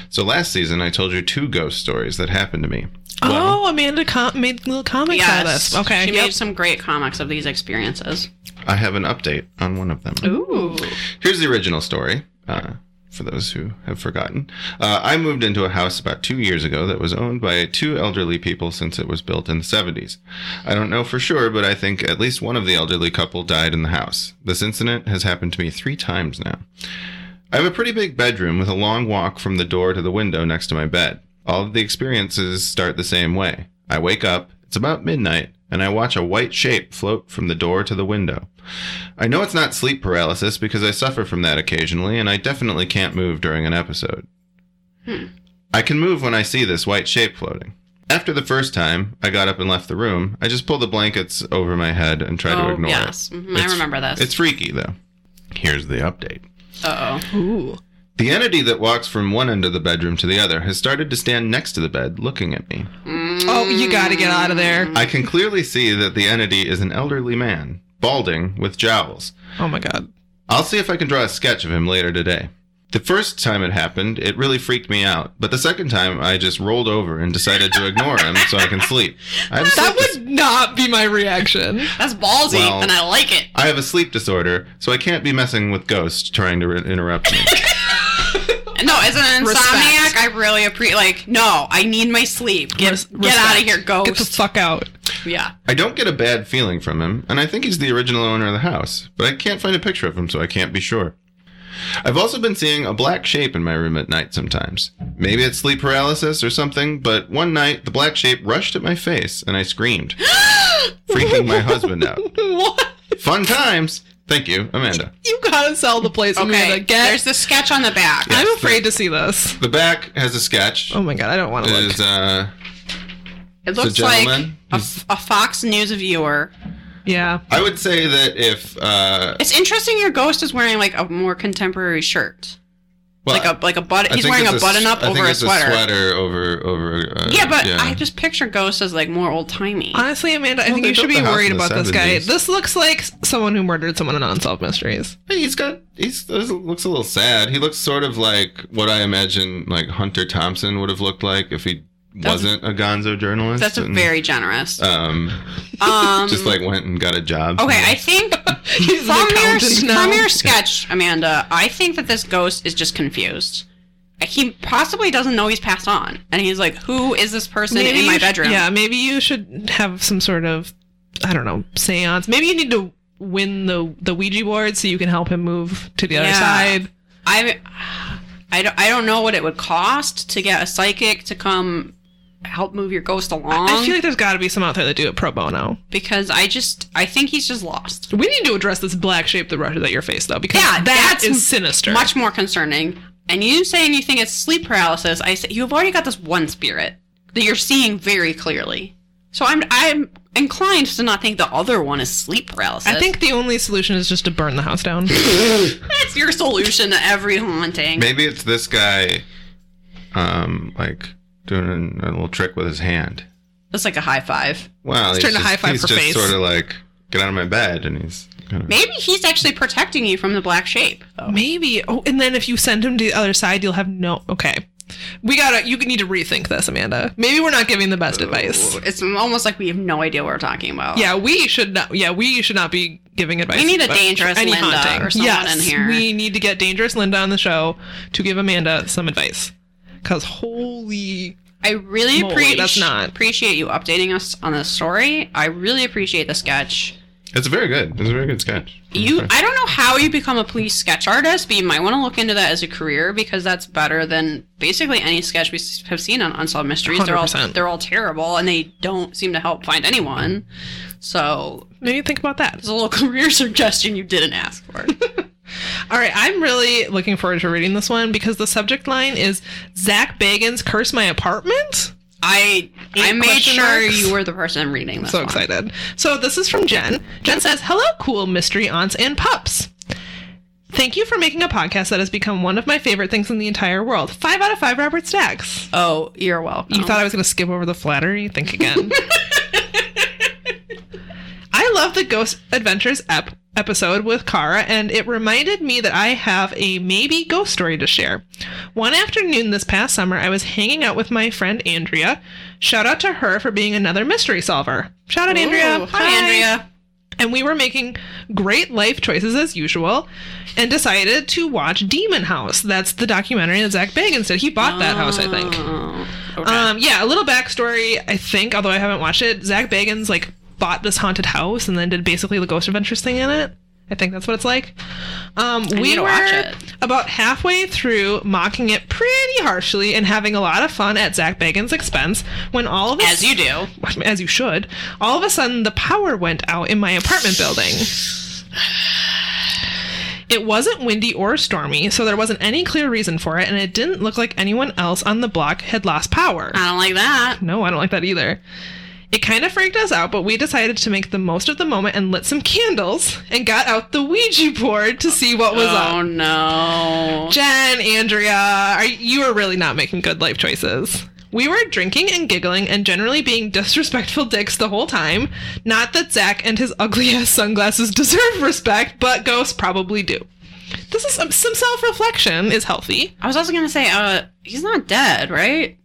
S3: So last season, I told you two ghost stories that happened to me. Well,
S2: oh, Amanda com- made little comics out of
S1: Yes.
S2: this. Okay.
S1: She
S2: yep.
S1: made some great comics of these experiences.
S3: I have an update on one of them.
S1: Ooh.
S3: Here's the original story. Uh, for those who have forgotten. Uh, I moved into a house about two years ago that was owned by two elderly people since it was built in the 70s. I don't know for sure, but I think at least one of the elderly couple died in the house. This incident has happened to me three times now. I have a pretty big bedroom with a long walk from the door to the window next to my bed. All of the experiences start the same way. I wake up, it's about midnight, and I watch a white shape float from the door to the window. I know it's not sleep paralysis because I suffer from that occasionally, and I definitely can't move during an episode.
S1: Hmm.
S3: I can move when I see this white shape floating. After the first time, I got up and left the room. I just pulled the blankets over my head and tried to
S1: oh,
S3: ignore
S1: yes. Mhm, I
S3: It's-
S1: remember this.
S3: it. It's freaky, though. Here's the update.
S1: Uh oh.
S2: Ooh.
S3: The entity that walks from one end of the bedroom to the other has started to stand next to the bed, looking at me.
S2: Oh, you gotta get out of there.
S3: I can clearly see that the entity is an elderly man, balding, with jowls.
S2: Oh my god.
S3: I'll see if I can draw a sketch of him later today. The first time it happened, it really freaked me out, but the second time I just rolled over and decided to ignore him so I can sleep. I have a
S2: That
S3: sleep, dis-
S2: would not be my reaction.
S1: That's ballsy,
S3: Well-
S1: and I like it.
S3: I have a sleep disorder, so I can't be messing with ghosts trying to re- interrupt me.
S1: No, as an
S2: Respect.
S1: insomniac, I really appreciate. Like, no, I need my sleep. Get
S2: Res-
S1: get out of
S2: respect.
S1: here,
S2: Get the
S1: ghost.
S2: fuck out.
S1: yeah.
S3: I don't get a bad feeling from him, and I think he's the original owner of the house, but I can't find a picture of him, so I can't be sure. I've also been seeing a black shape in my room at night sometimes. Maybe it's sleep paralysis or something, but one night the black shape rushed at my face and I screamed, freaking my husband out.
S2: What?
S3: Fun times! Thank you, Amanda.
S2: You gotta sell the place,
S1: Okay.
S2: Amanda. Get.
S1: There's the sketch on the back.
S2: I'm
S3: Yes,
S2: afraid to see this.
S3: The back has a sketch.
S2: Oh my god, I don't want to
S3: It
S2: look.
S3: is, uh,
S1: It
S3: a
S1: looks like a,
S3: gentleman.
S1: f- a Fox News viewer.
S2: Yeah.
S3: I would say that if, uh,
S1: It's interesting. Your ghost is wearing like a more contemporary shirt,
S3: well,
S1: like a like a button.
S3: I
S1: He's
S3: think
S1: wearing a
S3: it's s-
S1: button up
S3: I think
S1: over a
S3: it's
S1: sweater.
S3: sweater over over. Uh,
S1: Yeah, but I just picture ghosts as like more old timey.
S2: Honestly, Amanda, I think
S3: they
S2: you should
S3: built
S2: be
S3: the house
S2: worried
S3: in the
S2: about this guy.
S3: 70s.
S2: This looks like someone who murdered someone in Unsolved Mysteries.
S3: Hey, he's got he's he looks a little sad. He looks sort of like what I imagine like Hunter Thompson would have looked like if he
S1: That's-
S3: wasn't a Gonzo journalist.
S1: That's a
S3: and,
S1: very generous.
S3: um
S1: um,
S3: just like went and got a job.
S1: okay, I think
S2: He's an
S1: from your
S2: accountant now.
S1: from your sketch, Amanda, I think that this ghost is just confused. He possibly doesn't know he's passed on, and he's like, "Who is this person in
S2: you
S1: my
S2: sh-
S1: bedroom?"
S2: yeah, maybe you should have some sort of, I don't know, seance. Maybe you need to win the the Ouija board so you can help him move to the other
S1: Yeah.
S2: side.
S1: I, I don't, I don't know what it would cost to get a psychic to come help move your ghost along
S2: I feel like there's got to be some out there that do it pro bono.
S1: because I just I think he's just lost.
S2: We need to address this black shape that rushes at your face though, because
S1: Yeah,
S2: that
S1: that's
S2: is sinister.
S1: Much more concerning. And you saying you think it's sleep paralysis, I say you've already got this one spirit that you're seeing very clearly. So I'm I'm inclined to not think the other one is sleep paralysis.
S2: I think the only solution is just to burn the house down.
S1: that's your solution to every haunting.
S3: Maybe it's this guy um like doing a little trick with his hand.
S1: That's like a high five.
S3: Wow, he's
S2: trying to
S3: just,
S2: high five
S3: he's
S2: for
S3: just
S2: face.
S3: sort of like get out of my bed and he's kind of
S1: Maybe he's actually protecting you from the black shape. though.
S2: Maybe. Oh, and then if you send him to the other side, you'll have no. Okay, we gotta. You need to rethink this, Amanda. Maybe we're not giving the best advice.
S1: It's almost like we have no idea what we're talking about.
S2: Yeah, we should not. Yeah, we should not be giving advice.
S1: We need a
S2: about
S1: dangerous
S2: any
S1: Linda
S2: haunting.
S1: or someone
S2: yes,
S1: in here.
S2: we need to get dangerous Linda on the show to give Amanda some advice. Cause holy,
S1: I really
S2: Moly,
S1: appreciate
S2: that's not-
S1: appreciate you updating us on this story. I really appreciate the
S2: Mm-hmm.
S1: sketch.
S3: It's very good. It's a very good sketch.
S1: You, I don't know how you become a police sketch artist, but you might want to look into that as a career because that's better than basically any sketch we s- have seen on Unsolved Mysteries. They're all
S2: 100%.
S1: they're all terrible and they don't seem to help find anyone. So
S2: maybe think about that.
S1: it's a little career suggestion you didn't ask for.
S2: All right, I'm really looking forward to reading this one because the subject line is Zach Bagans curse my apartment.
S1: I I
S2: Eight
S1: made
S2: question
S1: sure
S2: marks?
S1: you were the person reading this.
S2: so
S1: one.
S2: excited. So this is from Jen. Jen says, "Hello, cool mystery aunts and pups." Thank you for making a podcast that has become one of my favorite things in the entire world. Five out of five Robert Stacks.
S1: Oh, you're welcome.
S2: You thought I was going to skip over the flattery? Think again. I love the Ghost Adventures ep- episode with Kara, and it reminded me that I have a maybe ghost story to share. One afternoon this past summer, I was hanging out with my friend Andrea. Shout out to her for being another mystery solver. Shout out, Andrea.
S1: Ooh, hi, Andrea.
S2: And we were making great life choices as usual and decided to watch Demon House. That's the documentary that Zach Bagans did. He bought that house, I think.
S1: Oh, okay.
S2: Um, yeah, a little backstory, I think, although I haven't watched it. Zach Bagans, like, bought this haunted house and then did basically the Ghost Adventures thing in it. I think that's what it's like. Um, we
S1: need to
S2: were
S1: watch it.
S2: about halfway through mocking it pretty harshly and having a lot of fun at Zach Bagans' expense when all of us
S1: As you do.
S2: as you should, all of a sudden the power went out in my apartment building. It wasn't windy or stormy, so there wasn't any clear reason for it, and it didn't look like anyone else on the block had lost power.
S1: I don't like that.
S2: No, I don't like that either. It kind of freaked us out, but we decided to make the most of the moment and lit some candles and got out the Ouija board to see what was
S1: oh
S2: up.
S1: no.
S2: Jen, Andrea, are, you are really not making good life choices. We were drinking and giggling and generally being disrespectful dicks the whole time. Not that Zach and his ugly ass sunglasses deserve respect, but ghosts probably do. This is um, some self reflection is healthy.
S1: I was also gonna say, uh, he's not dead, right?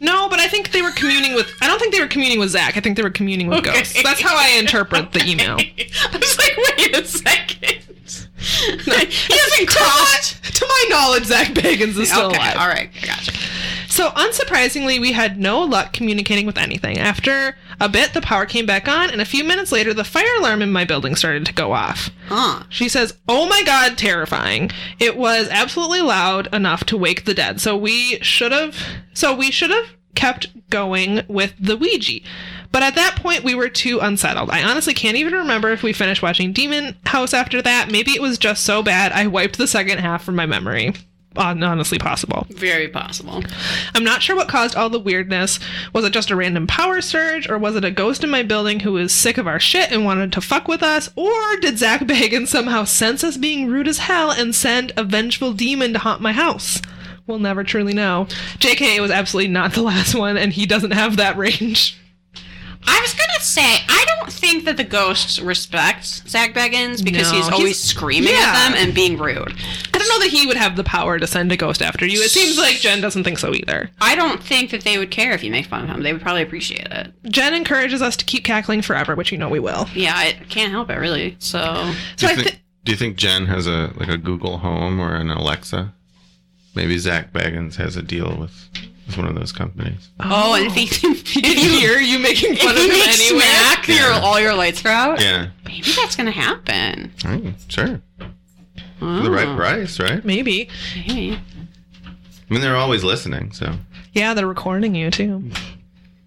S2: No, but I think they were communing with. I don't think they were communing with Zach. I think they were communing with
S1: Okay.
S2: ghosts. That's how I interpret the email.
S1: I was like, wait a second. he hasn't
S2: To my,
S1: crossed.
S2: to my knowledge, Zach Bagans is still
S1: okay,
S2: alive.
S1: all right, I gotcha.
S2: So, unsurprisingly, we had no luck communicating with anything. After a bit, the power came back on, and a few minutes later, the fire alarm in my building started to go off.
S1: Huh?
S2: She says, Oh my god, terrifying. It was absolutely loud enough to wake the dead. So we should have so we should have kept going with the Ouija. But at that point we were too unsettled. I honestly can't even remember if we finished watching Demon House after that. Maybe it was just so bad I wiped the second half from my memory. Hon- Honestly possible.
S1: Very possible.
S2: I'm not sure what caused all the weirdness. Was it just a random power surge, or was it a ghost in my building who was sick of our shit and wanted to fuck with us? Or did Zach Bagan somehow sense us being rude as hell and send a vengeful demon to haunt my house? We'll never truly know. JK it was absolutely not the last one, and he doesn't have that range.
S1: I was gonna say, I don't think that the ghosts respect Zach Beggins because
S2: No,
S1: he's
S2: he's-
S1: always screaming
S2: Yeah.
S1: at them and being rude.
S2: I don't know that he would have the power to send a ghost after you. It seems like Jen doesn't think so either.
S1: I don't think that they would care if you make fun of him. They would probably appreciate it.
S2: Jen encourages us to keep cackling forever, which you know we will.
S1: Yeah, I can't help it really. So
S2: So
S3: do
S2: I
S3: you, think,
S2: thi-
S3: do you think Jen has a like a Google Home or an Alexa? Maybe Zach Baggins has a deal with, with one of those companies.
S1: Oh, and if he, if you hear you making
S2: fun of him anyway.
S1: smack your,
S3: Yeah.
S1: all your lights are out,
S3: Yeah,
S1: maybe that's gonna happen. Oh,
S3: Mm, sure. For the
S2: Oh.
S3: right price, right?
S2: Maybe.
S1: Maybe.
S3: I mean, they're always listening, so
S2: Yeah, they're recording you too.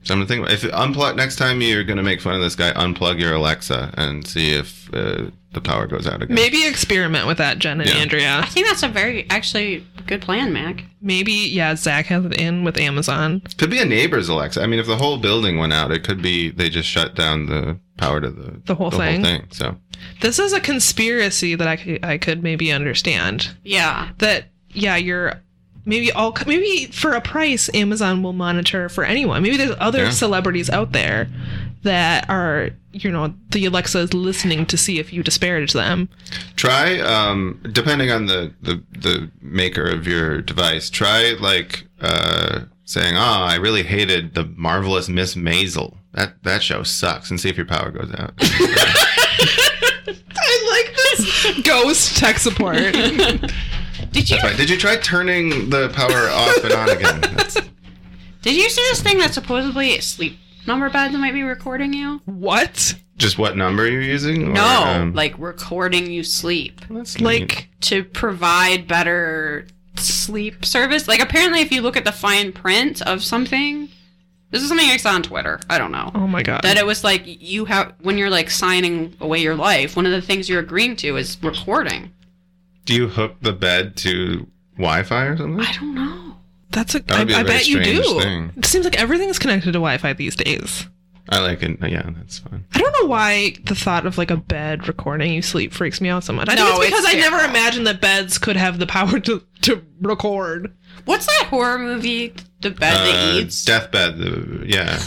S3: something to think about. If unplug next time you're gonna make fun of this guy, unplug your Alexa and see if uh, the power goes out again.
S2: Maybe experiment with that, Jen and
S3: Yeah.
S2: Andrea.
S1: I think that's a very actually good plan, Mac.
S2: Maybe, yeah, Zach has it in with Amazon.
S3: Could be a neighbor's Alexa. I mean, if the whole building went out, it could be they just shut down the power to the
S2: The whole thing?
S3: So
S2: This is a conspiracy that I could, I could maybe understand.
S1: Yeah.
S2: That, yeah, you're maybe all, maybe for a price, Amazon will monitor for anyone. Maybe there's other
S3: Yeah.
S2: celebrities out there that are, you know, the Alexa is listening to see if you disparage them.
S3: try, um, depending on the, the the maker of your device, try like uh, saying, "Ah, I really hated the marvelous Miss Maisel. That that show sucks," and see if your power goes out.
S2: I like this ghost tech support.
S1: Did you
S3: That's right. Did you try turning the power off and on again? That's,
S1: did you see this thing that supposedly sleep number beds might be recording you?
S2: what?
S3: just what number you're using? or,
S1: No,
S3: um,
S1: like recording you sleep
S3: that's neat.
S2: Like,
S1: to provide better sleep service. Like apparently, if you look at the fine print of something, this is something I saw on Twitter. I don't know.
S2: oh my God.
S1: that it was like you have when you're like signing away your life one of the things you're agreeing to is recording
S3: do you hook the bed to Wi-Fi or something?
S1: i don't know
S2: That's a.
S3: That would be
S2: I-
S3: a
S2: I
S3: very
S2: bet you do.
S3: strange thing.
S2: It seems like everything's connected to Wi-Fi these days.
S3: I like it. Yeah, that's fine.
S2: I don't know why the thought of like a bed recording you sleep freaks me out so much. I
S1: No,
S2: think it's because
S1: it's
S2: I never
S1: terrible.
S2: imagined that beds could have the power to to record.
S1: what's that horror movie the bed that
S3: Uh,
S1: eats
S3: Deathbed. The, yeah,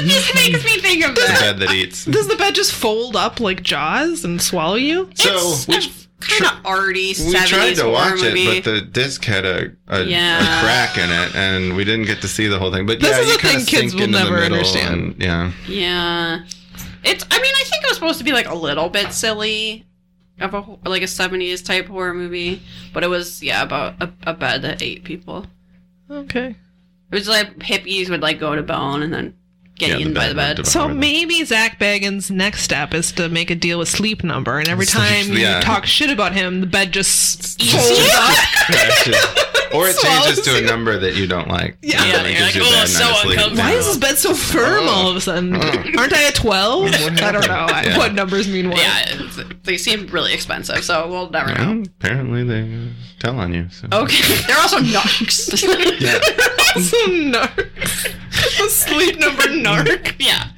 S1: this makes me think of
S3: the
S1: that
S3: bed that eats.
S2: Does the bed just fold up like jaws and swallow you?
S3: So we,
S1: kind of arty
S3: we
S1: 70s
S3: tried to
S1: horror
S3: watch
S1: movie.
S3: it, but the disc had a, a, a
S1: Yeah.
S3: crack in it, and we didn't get to see the whole thing. But
S2: This
S3: yeah,
S2: is
S3: you
S2: a
S3: kinda
S2: thing kids
S3: sink
S2: will
S3: into the
S2: never
S3: middle
S2: understand.
S3: and- yeah,
S1: yeah it's i mean i think it was supposed to be like a little bit silly, of a like a seventies type horror movie, but it was yeah about a, a bed that ate people.
S2: Okay.
S1: It was like hippies would like go to bone and then get
S3: Yeah, the
S1: eaten by
S3: bed
S1: the
S3: went
S1: bed.
S3: to
S2: So
S3: Behind them.
S2: maybe Zach Bagans' next step is to make a deal with Sleep Number, and every
S3: It's
S2: time
S3: like- yeah.
S2: you talk shit about him, the bed just
S1: Eats
S2: folds
S1: you
S2: up.
S1: up.
S3: Crashes. or it
S2: Swallows
S3: changes to a
S2: you.
S3: number that you don't like.
S2: Yeah.
S3: And then
S1: Yeah,
S3: it
S1: you're like,
S3: gives
S1: "Oh,
S3: you a bad
S1: so
S3: night's sleep."
S1: uncomfortable.
S2: Why is this bed so firm all of a sudden? Aren't I a 12?
S3: Oh. What happened?
S2: I don't know I-
S3: Yeah.
S2: what numbers mean what.
S1: Yeah, it's- they seem really expensive, so we'll never know.
S3: Well, apparently they tell on you. So.
S1: Okay, they're also narcs.
S3: Yeah.
S2: Some narc. A sleep number narc.
S1: yeah.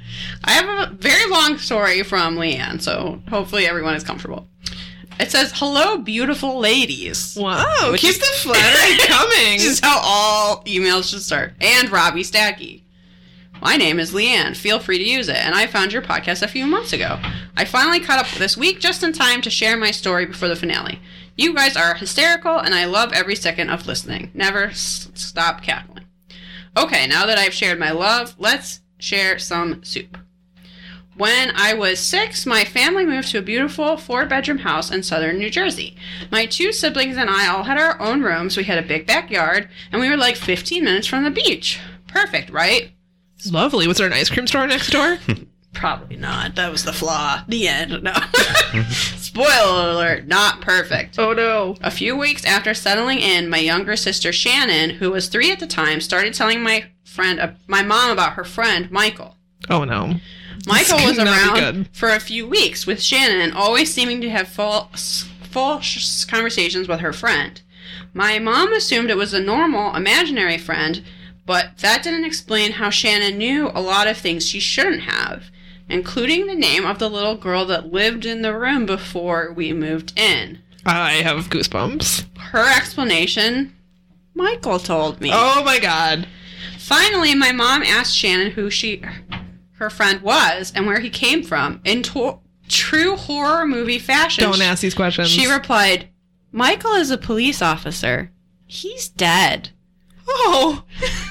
S1: I have a very long story from Leanne, so hopefully everyone is comfortable. It says, Hello, beautiful ladies.
S2: Wow,
S1: Which
S2: keep
S1: is-
S2: the flattery coming.
S1: This is how all emails should start. And Robbie Stacky. My name is Leanne. Feel free to use it. And I found your podcast a few months ago. I finally caught up this week just in time to share my story before the finale. You guys are hysterical, and I love every second of listening. Never s- stop cackling. Okay, now that I've shared my love, let's share some soup. When I was six, my family moved to a beautiful four bedroom house in southern New Jersey. My two siblings and I all had our own rooms. We had a big backyard, and we were like 15 minutes from the beach. Perfect, right?
S2: Lovely. Was there an ice cream store next door?
S1: Probably not. That was the flaw. The end. No. Spoiler alert, not perfect.
S2: oh no.
S1: A few weeks after settling in, my younger sister Shannon, who was three at the time, started telling my friend, uh, my mom about her friend Michael.
S2: Oh no.
S1: Michael was
S2: could not be
S1: around
S2: good.
S1: for a few weeks with Shannon, always seeming to have full, full sh- conversations with her friend. My mom assumed it was a normal, imaginary friend, but that didn't explain how Shannon knew a lot of things she shouldn't have, including the name of the little girl that lived in the room before we moved in.
S2: I have goosebumps.
S1: Her explanation Michael told me.
S2: Oh my god.
S1: Finally, my mom asked Shannon who she, her friend was, and where he came from. In to- true horror movie fashion,
S2: Don't ask these questions.
S1: She replied, "Michael is a police officer. He's dead."
S2: oh.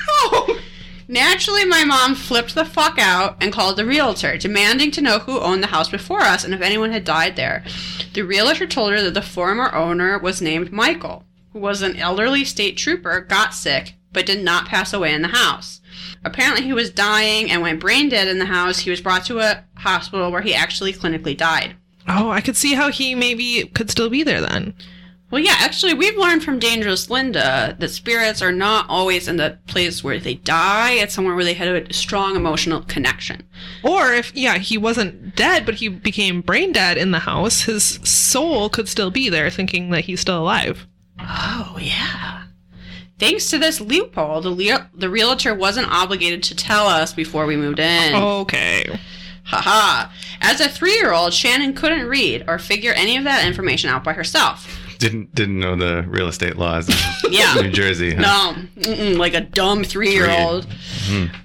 S2: oh.
S1: Naturally, my mom flipped the fuck out and called the realtor, demanding to know who owned the house before us and if anyone had died there. The realtor told her that the former owner was named Michael, who was an elderly state trooper, got sick, but did not pass away in the house. Apparently, he was dying and went brain dead in the house. He was brought to a hospital where he actually clinically died.
S2: Oh, I could see how he maybe could still be there then.
S1: Well, yeah, actually, we've learned from Dangerous Linda that spirits are not always in the place where they die. It's somewhere where they had a strong emotional connection.
S2: Or if yeah, he wasn't dead, but he became brain dead in the house, his soul could still be there thinking that he's still alive.
S1: Oh, yeah. Thanks to this loophole, the, lea- the realtor wasn't obligated to tell us before we moved in.
S2: Okay.
S1: Haha. As a three year old, Shannon couldn't read or figure any of that information out by herself.
S3: Didn't didn't know the real estate laws in New
S1: Yeah.
S3: Jersey. huh?
S1: no, mm-mm, like a dumb three year old.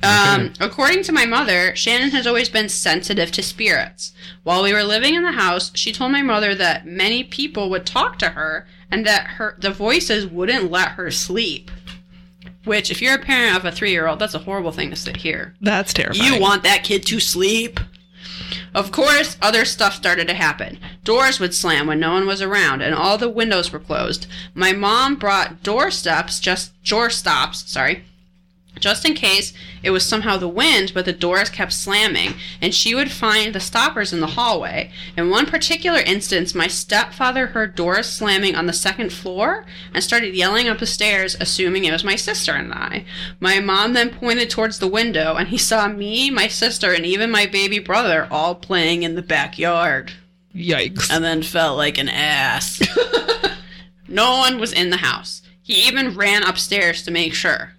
S1: Um, according to my mother, Shannon has always been sensitive to spirits. While we were living in the house, she told my mother that many people would talk to her and that her the voices wouldn't let her sleep. Which, if you're a parent of a three year old, that's a horrible thing to sit here.
S2: That's terrifying.
S1: You want that kid to sleep? Of course, other stuff started to happen. Doors would slam when no one was around, and all the windows were closed. My mom brought door steps, just door stops, sorry, just in case it was somehow the wind, but the doors kept slamming, and she would find the stoppers in the hallway. In one particular instance, my stepfather heard doors slamming on the second floor and started yelling up the stairs, assuming it was my sister and I. My mom then pointed towards the window, and he saw me, my sister, and even my baby brother all playing in the backyard
S2: Yikes.
S1: and then felt like an ass. no one was in the house. He even ran upstairs to make sure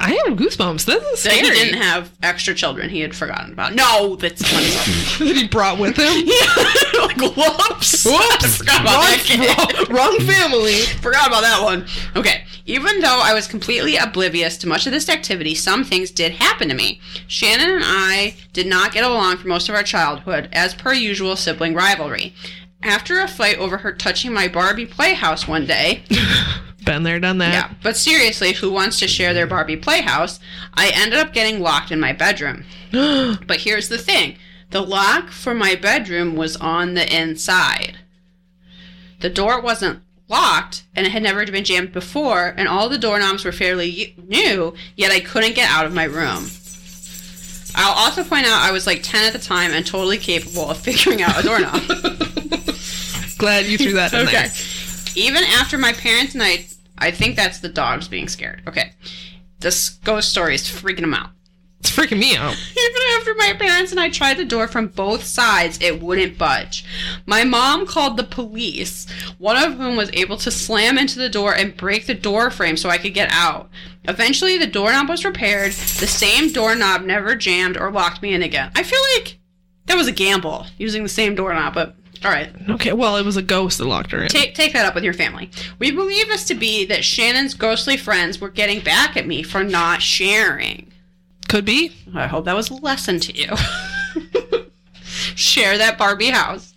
S2: I have goosebumps. This is
S1: that
S2: scary.
S1: he didn't have extra children he had forgotten about. No, that's funny.
S2: that he brought with him.
S1: like, whoops.
S2: Whoops.
S1: Forgot about that kid.
S2: wrong, wrong family.
S1: Forgot about that one. Okay. Even though I was completely oblivious to much of this activity, some things did happen to me. Shannon and I did not get along for most of our childhood, as per usual sibling rivalry. After a fight over her touching my Barbie playhouse one day,
S2: Been there, done that.
S1: yeah, but seriously, who wants to share their Barbie playhouse? I ended up getting locked in my bedroom. but here's the thing The lock for my bedroom was on the inside. The door wasn't locked and it had never been jammed before, and all the doorknobs were fairly y- new, yet I couldn't get out of my room. I'll also point out I was like 10 at the time and totally capable of figuring out a doorknob.
S2: Glad you threw that in
S1: okay.
S2: there.
S1: Even after my parents and I, I think that's the dogs being scared. Okay. This ghost story is freaking them out.
S2: It's freaking me out.
S1: Even after my parents and I tried the door from both sides, it wouldn't budge. My mom called the police, one of whom was able to slam into the door and break the door frame so I could get out. Eventually, the doorknob was repaired. The same doorknob never jammed or locked me in again. I feel like that was a gamble using the same doorknob, but all right.
S2: Okay, well, it was a ghost that locked her in.
S1: Take, take that up with your family. We believe this to be that Shannon's ghostly friends were getting back at me for not sharing.
S2: Could be.
S1: I hope that was a lesson to you. Share that Barbie house.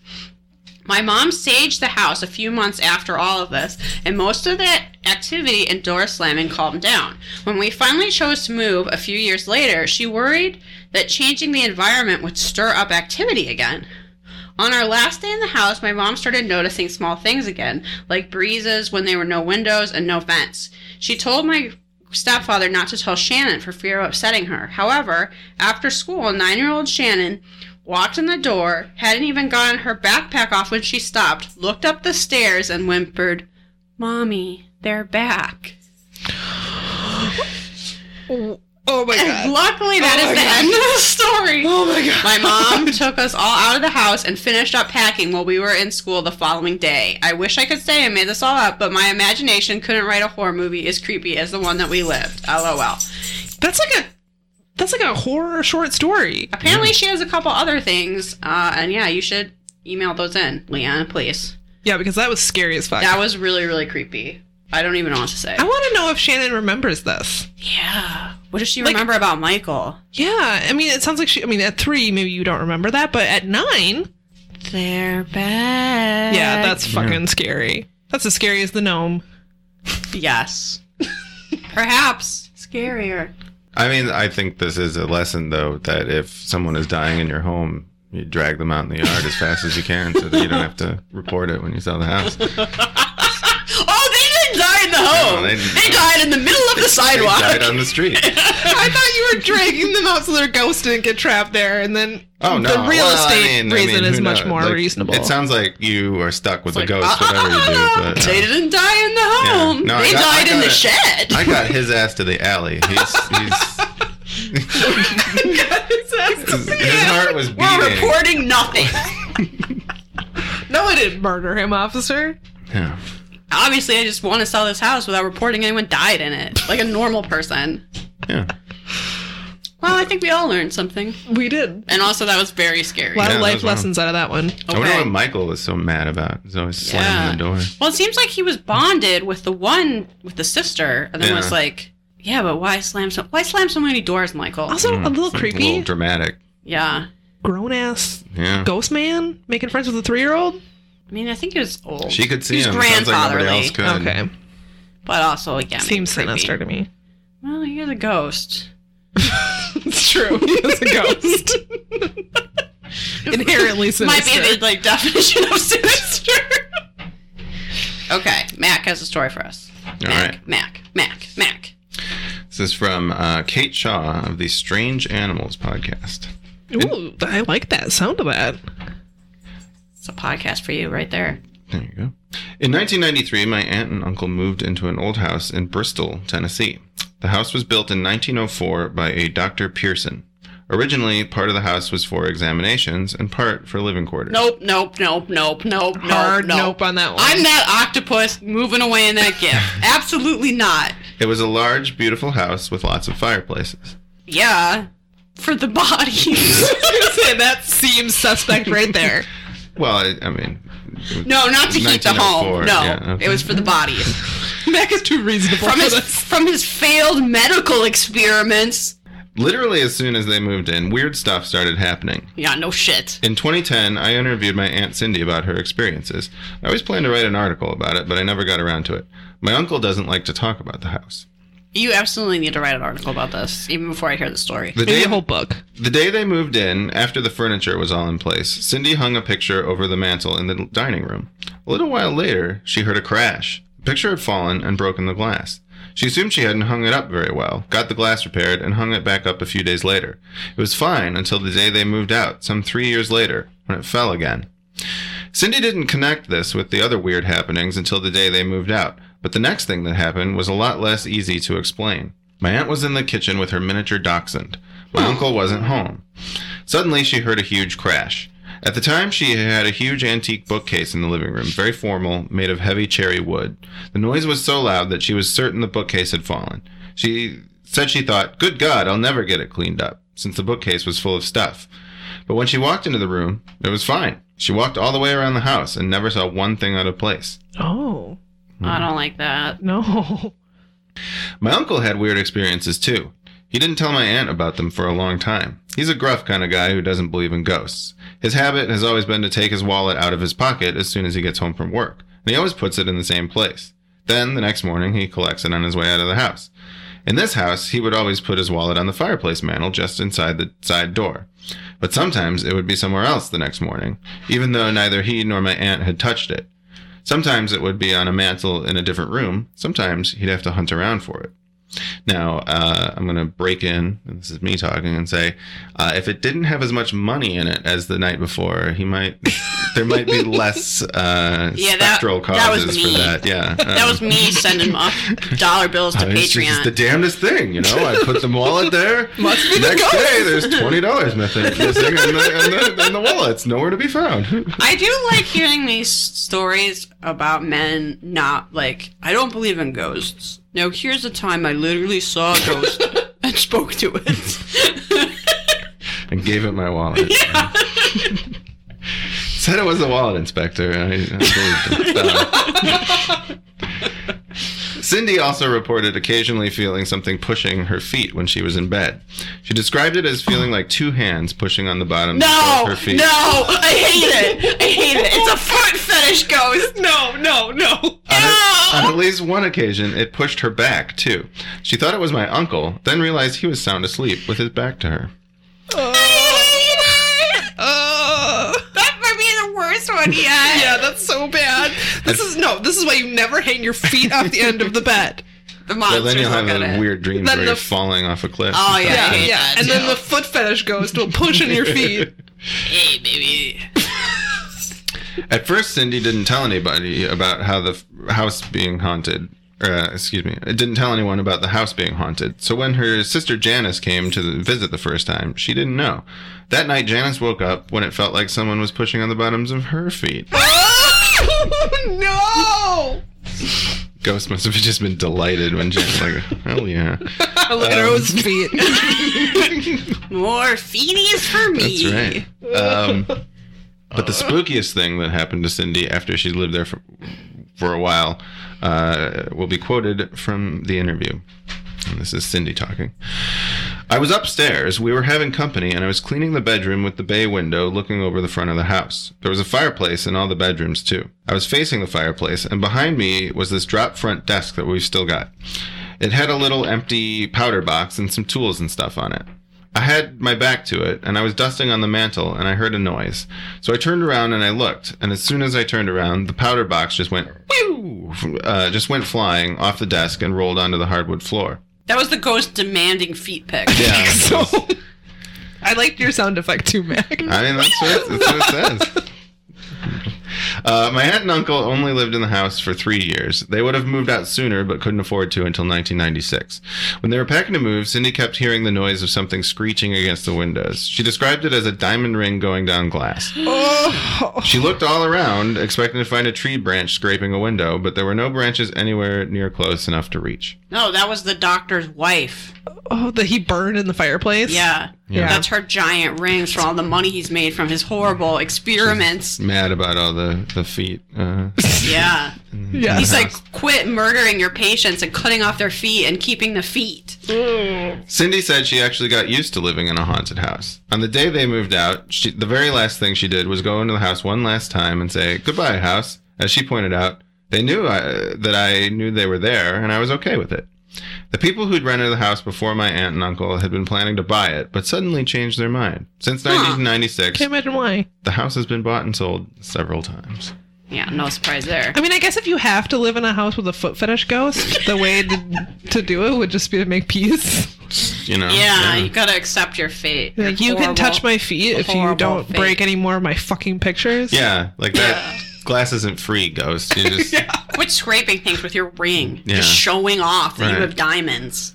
S1: My mom staged the house a few months after all of this, and most of that activity and door slamming calmed down. When we finally chose to move a few years later, she worried that changing the environment would stir up activity again. On our last day in the house, my mom started noticing small things again, like breezes when there were no windows and no vents. She told my stepfather not to tell Shannon for fear of upsetting her. However, after school, nine year old Shannon walked in the door, hadn't even gotten her backpack off when she stopped, looked up the stairs, and whimpered, Mommy, they're back.
S2: Oh my
S1: And luckily, that is
S2: Oh my
S1: the
S2: God.
S1: end of the story.
S2: Oh my god.
S1: My mom took us all out of the house and finished up packing while we were in school the following day. I wish I could say I made this all up, but my imagination couldn't write a horror movie as creepy as the one that we lived. LOL.
S2: That's like a that's like a horror short story.
S1: Apparently, she has a couple other things, uh, and yeah, you should email those in, Leanna, please.
S2: Yeah, because that was scary as fuck.
S1: That was really, really creepy. I don't even know what to say.
S2: I want to know if Shannon remembers this.
S1: Yeah. What does she
S2: Like-
S1: remember about Michael?
S2: Yeah, I mean, it sounds like she. I mean, at three, maybe you don't remember that, but at nine,
S1: They're back.
S2: yeah, that's fucking scary. That's as scary as the gnome.
S1: yes. Perhaps scarier.
S3: I mean, I think this is a lesson, though, that if someone is dying in your home, you drag them out in the yard as fast as you can so that you don't have to report it when you sell the house.
S1: Oh, they didn't die in the home.
S3: No,
S1: they,
S3: they didn't die.
S1: died in the middle of the
S3: They
S1: sidewalk.
S3: died on the street.
S2: I thought you were dragging them out so their ghost didn't get trapped there, and then
S3: Oh no!
S2: the real
S3: Well, I
S2: estate
S3: mean- I
S2: reason
S3: mean,
S2: is
S3: who
S2: much
S3: knows?
S2: more
S3: Like,
S2: reasonable.
S3: It sounds like you are stuck with a
S1: Like,
S3: ghost, whatever you do.
S1: "Uh-uh-uh-uh."
S3: But,
S1: They
S3: uh,
S1: didn't die in the
S3: Yeah.
S1: home.
S3: No, I
S1: they
S3: got- I
S1: died in
S3: got
S1: the
S3: it.
S1: shed.
S3: uh, I got his ass to the alley. He's, he's his heart was
S1: We're
S3: beating.
S1: reporting nothing.
S2: no, I didn't murder him, officer.
S3: Yeah.
S1: Obviously, I just want to sell this house without reporting anyone died in it, like a normal person.
S3: yeah.
S1: Well, I think we all learned something.
S2: We did.
S1: And also, that was very scary.
S2: A lot of
S3: Yeah, that
S2: life
S3: was wrong.
S2: lessons out of that one.
S3: I wonder
S1: Okay.
S3: what Michael was so mad about. He's always slamming the door.
S1: Well, it seems like he was bonded with the one with the sister, and then
S3: Yeah.
S1: was like, "Yeah, but why slam so? Why slam so many doors, Michael?"
S2: Also, a little
S3: It's Mm, like A
S2: creepy.
S3: little dramatic.
S1: Yeah,
S2: Grown ass
S3: Yeah.
S2: ghost man making friends with a three year old.
S1: I mean, I think he was old,
S3: She could see
S1: He's
S3: him. Sounds like nobody
S1: grandfatherly.
S3: else could.
S2: Okay,
S1: but also again,
S2: seems
S1: creepy.
S2: sinister to me.
S1: Well, you're the ghost.
S2: it's true. He was a ghost. Inherently
S1: Might
S2: sinister.
S1: be the like definition of sinister. okay, Mac has a story for us.
S3: All
S1: Mac,
S3: right.
S1: Mac, Mac, Mac.
S3: This is from uh, Kate Shaw of the Strange Animals podcast.
S2: Ooh, I like that sound of that.
S1: It's a podcast for you right there.
S3: There you go. In 1993, my aunt and uncle moved into an old house in Bristol, Tennessee. The house was built in 1904 by a Dr. Pearson. Originally, part of the house was for examinations and part for living quarters.
S1: Nope, nope, nope, nope, nope,
S2: Hard
S1: nope,
S2: nope on that one.
S1: I'm that octopus moving away in that gift. Absolutely not.
S3: It was a large, beautiful house with lots of fireplaces.
S1: Yeah, for the bodies.
S2: that seems suspect right there.
S3: Well, I, I mean,
S1: no, not to heat the
S3: 1904,
S1: home. No,
S3: yeah, okay.
S1: it was for the bodies.
S2: Mac is too reasonable
S1: From
S2: for
S1: his
S2: this.
S1: from his failed medical experiments.
S3: literally as soon as they moved in, weird stuff started happening.
S1: Yeah, no shit.
S3: In 2010, I interviewed my Aunt Cindy about her experiences. I always planned to write an article about it, but I never got around to it. My uncle doesn't like to talk about the house.
S1: You absolutely need to write an article about this, even before I hear the story.
S3: The
S2: Maybe
S3: day,
S2: a whole book.
S3: the day they moved in, after the furniture was all in place, Cindy hung a picture over the mantel in the dining room. A little while later, she heard a crash. The picture had fallen and broken the glass. She assumed she hadn't hung it up very well, got the glass repaired, and hung it back up a few days later. It was fine until the day they moved out, some three years later, when it fell again. Cindy didn't connect this with the other weird happenings until the day they moved out, but the next thing that happened was a lot less easy to explain. My aunt was in the kitchen with her miniature dachshund. My uncle wasn't home. Suddenly, she heard a huge crash. At the time, she had a huge antique bookcase in the living room, very formal, made of heavy cherry wood. The noise was so loud that she was certain the bookcase had fallen. She said she thought, Good God, I'll never get it cleaned up, since the bookcase was full of stuff. But when she walked into the room, it was fine. She walked all the way around the house and never saw one thing out of place.
S2: Oh
S1: I don't like that.
S2: no.
S3: My uncle had weird experiences too. He didn't tell my aunt about them for a long time. He's a gruff kind of guy who doesn't believe in ghosts. His habit has always been to take his wallet out of his pocket as soon as he gets home from work, and he always puts it in the same place. Then, the next morning, he collects it on his way out of the house. In this house, he would always put his wallet on the fireplace mantel just inside the side door. But sometimes it would be somewhere else the next morning, even though neither he nor my aunt had touched it. Sometimes it would be on a mantle in a different room. Sometimes he'd have to hunt around for it. Now, uh, I'm going to break in, and this is me talking, and say uh, if it didn't have as much money in it as the night before, he might, there might be less uh,
S1: Yeah, that-
S3: spectral
S1: that was
S3: causes
S1: me.
S3: for that. Yeah.
S1: That was me sending mo- dollar bills to
S3: Uh, it's Uh. just the
S1: Patreon.
S3: damnedest thing, you know. I put the wallet there.
S2: Must be the
S3: Next
S2: ghost.
S3: day, there's twenty dollars missing, missing and, the, and, the, and the wallet's nowhere to be found.
S1: I do like hearing these stories about men not like, I don't believe in ghosts. Now, here's the time I literally saw a ghost and spoke to it.
S3: and gave it my wallet. Said it was the wallet inspector. I, I believed it. Uh, Cindy also reported occasionally feeling something pushing her feet when she was in bed. She described it as feeling like two hands pushing on the bottom
S1: No,
S3: of her feet.
S1: no, I hate it. I hate it. It's a foot fetish ghost.
S2: No, no, no.
S3: On, a-
S1: No.
S3: on at least one occasion, it pushed her back, too. She thought it was my uncle, then realized he was sound asleep with his back to her.
S2: Oh.
S1: That might be the worst one yet.
S2: Yeah, that's so bad. This is no. This is why you never hang your feet off the end of the bed.
S1: The
S3: Well,
S1: monsters
S3: then you'll have
S1: look at
S3: those
S1: it.
S3: weird dreams
S2: Then
S3: where you're
S2: the-
S3: falling off a cliff.
S1: Oh,
S3: and
S1: yeah,
S3: stuff.
S1: I hate
S2: yeah,
S1: that
S2: and then
S1: too.
S2: the foot fetish ghost will push on your feet.
S1: Hey, baby.
S3: At first, Cindy didn't tell anybody about how the f- house being haunted. Uh, excuse me. It didn't tell anyone about the house being haunted. So when her sister Janice came to the visit the first time, she didn't know. That night, Janice woke up when it felt like someone was pushing on the bottoms of her feet.
S2: Oh
S3: Ghost must have just been delighted when Janice like, hell yeah,
S2: no! Litero's feet.
S1: More feenies for me.
S3: that's right. Um, but the spookiest thing that happened to Cindy after she lived there for, for a while uh, will be quoted from the interview. And this is Cindy talking. I was upstairs. We were having company, and I was cleaning the bedroom with the bay window looking over the front of the house. There was a fireplace in all the bedrooms, too. I was facing the fireplace, and behind me was this drop front desk that we've still got. It had a little empty powder box and some tools and stuff on it. I had my back to it, and I was dusting on the mantel, and I heard a noise. So I turned around and I looked, and as soon as I turned around, the powder box just went, "Whew," uh, just went flying off the desk and rolled onto the hardwood floor.
S1: That was the ghost demanding feet pics.
S3: Yeah.
S2: so, I liked your sound effect too, Mac.
S3: I mean, that's what, that's what it says. Uh, my aunt and uncle only lived in the house for three years. They would have moved out sooner, but couldn't afford to until 1996. When they were packing to move, Cindy kept hearing the noise of something screeching against the windows. She described it as a diamond ring going down glass.
S2: Oh,
S3: She looked all around, expecting to find a tree branch scraping a window, but there were no branches anywhere near close enough to reach.
S1: No, that was the doctor's wife.
S2: oh, that he burned in the fireplace.
S1: Yeah.
S2: Yeah.
S1: That's her giant rings from all the money he's made from his horrible experiments.
S3: Mad about all the the feet. Uh,
S1: Yeah.
S2: yeah.
S1: He's like, quit murdering your patients and cutting off their feet and keeping the feet.
S3: Cindy said she actually got used to living in a haunted house. On the day they moved out, she, the very last thing she did was go into the house one last time and say, Goodbye, house. As she pointed out, they knew I, that I knew they were there, and I was okay with it. The people who'd rented the house before my aunt and uncle had been planning to buy it, but suddenly changed their mind. Since
S1: Huh.
S3: 1996,
S2: Can't imagine why.
S3: the house has been bought and sold several times.
S1: Yeah, no surprise there.
S2: I mean, I guess if you have to live in a house with a foot fetish ghost, the way to, to do it would just be to make peace.
S3: You know?
S1: Yeah, you gotta accept your fate.
S2: Like, you can touch my feet if you
S1: horrible
S2: don't
S1: fate.
S2: break any more of my fucking pictures.
S3: Yeah, like that glass isn't free, ghost. You just
S1: Quit scraping things with your ring.
S3: Yeah.
S1: Just showing off that
S3: Right.
S1: you have diamonds.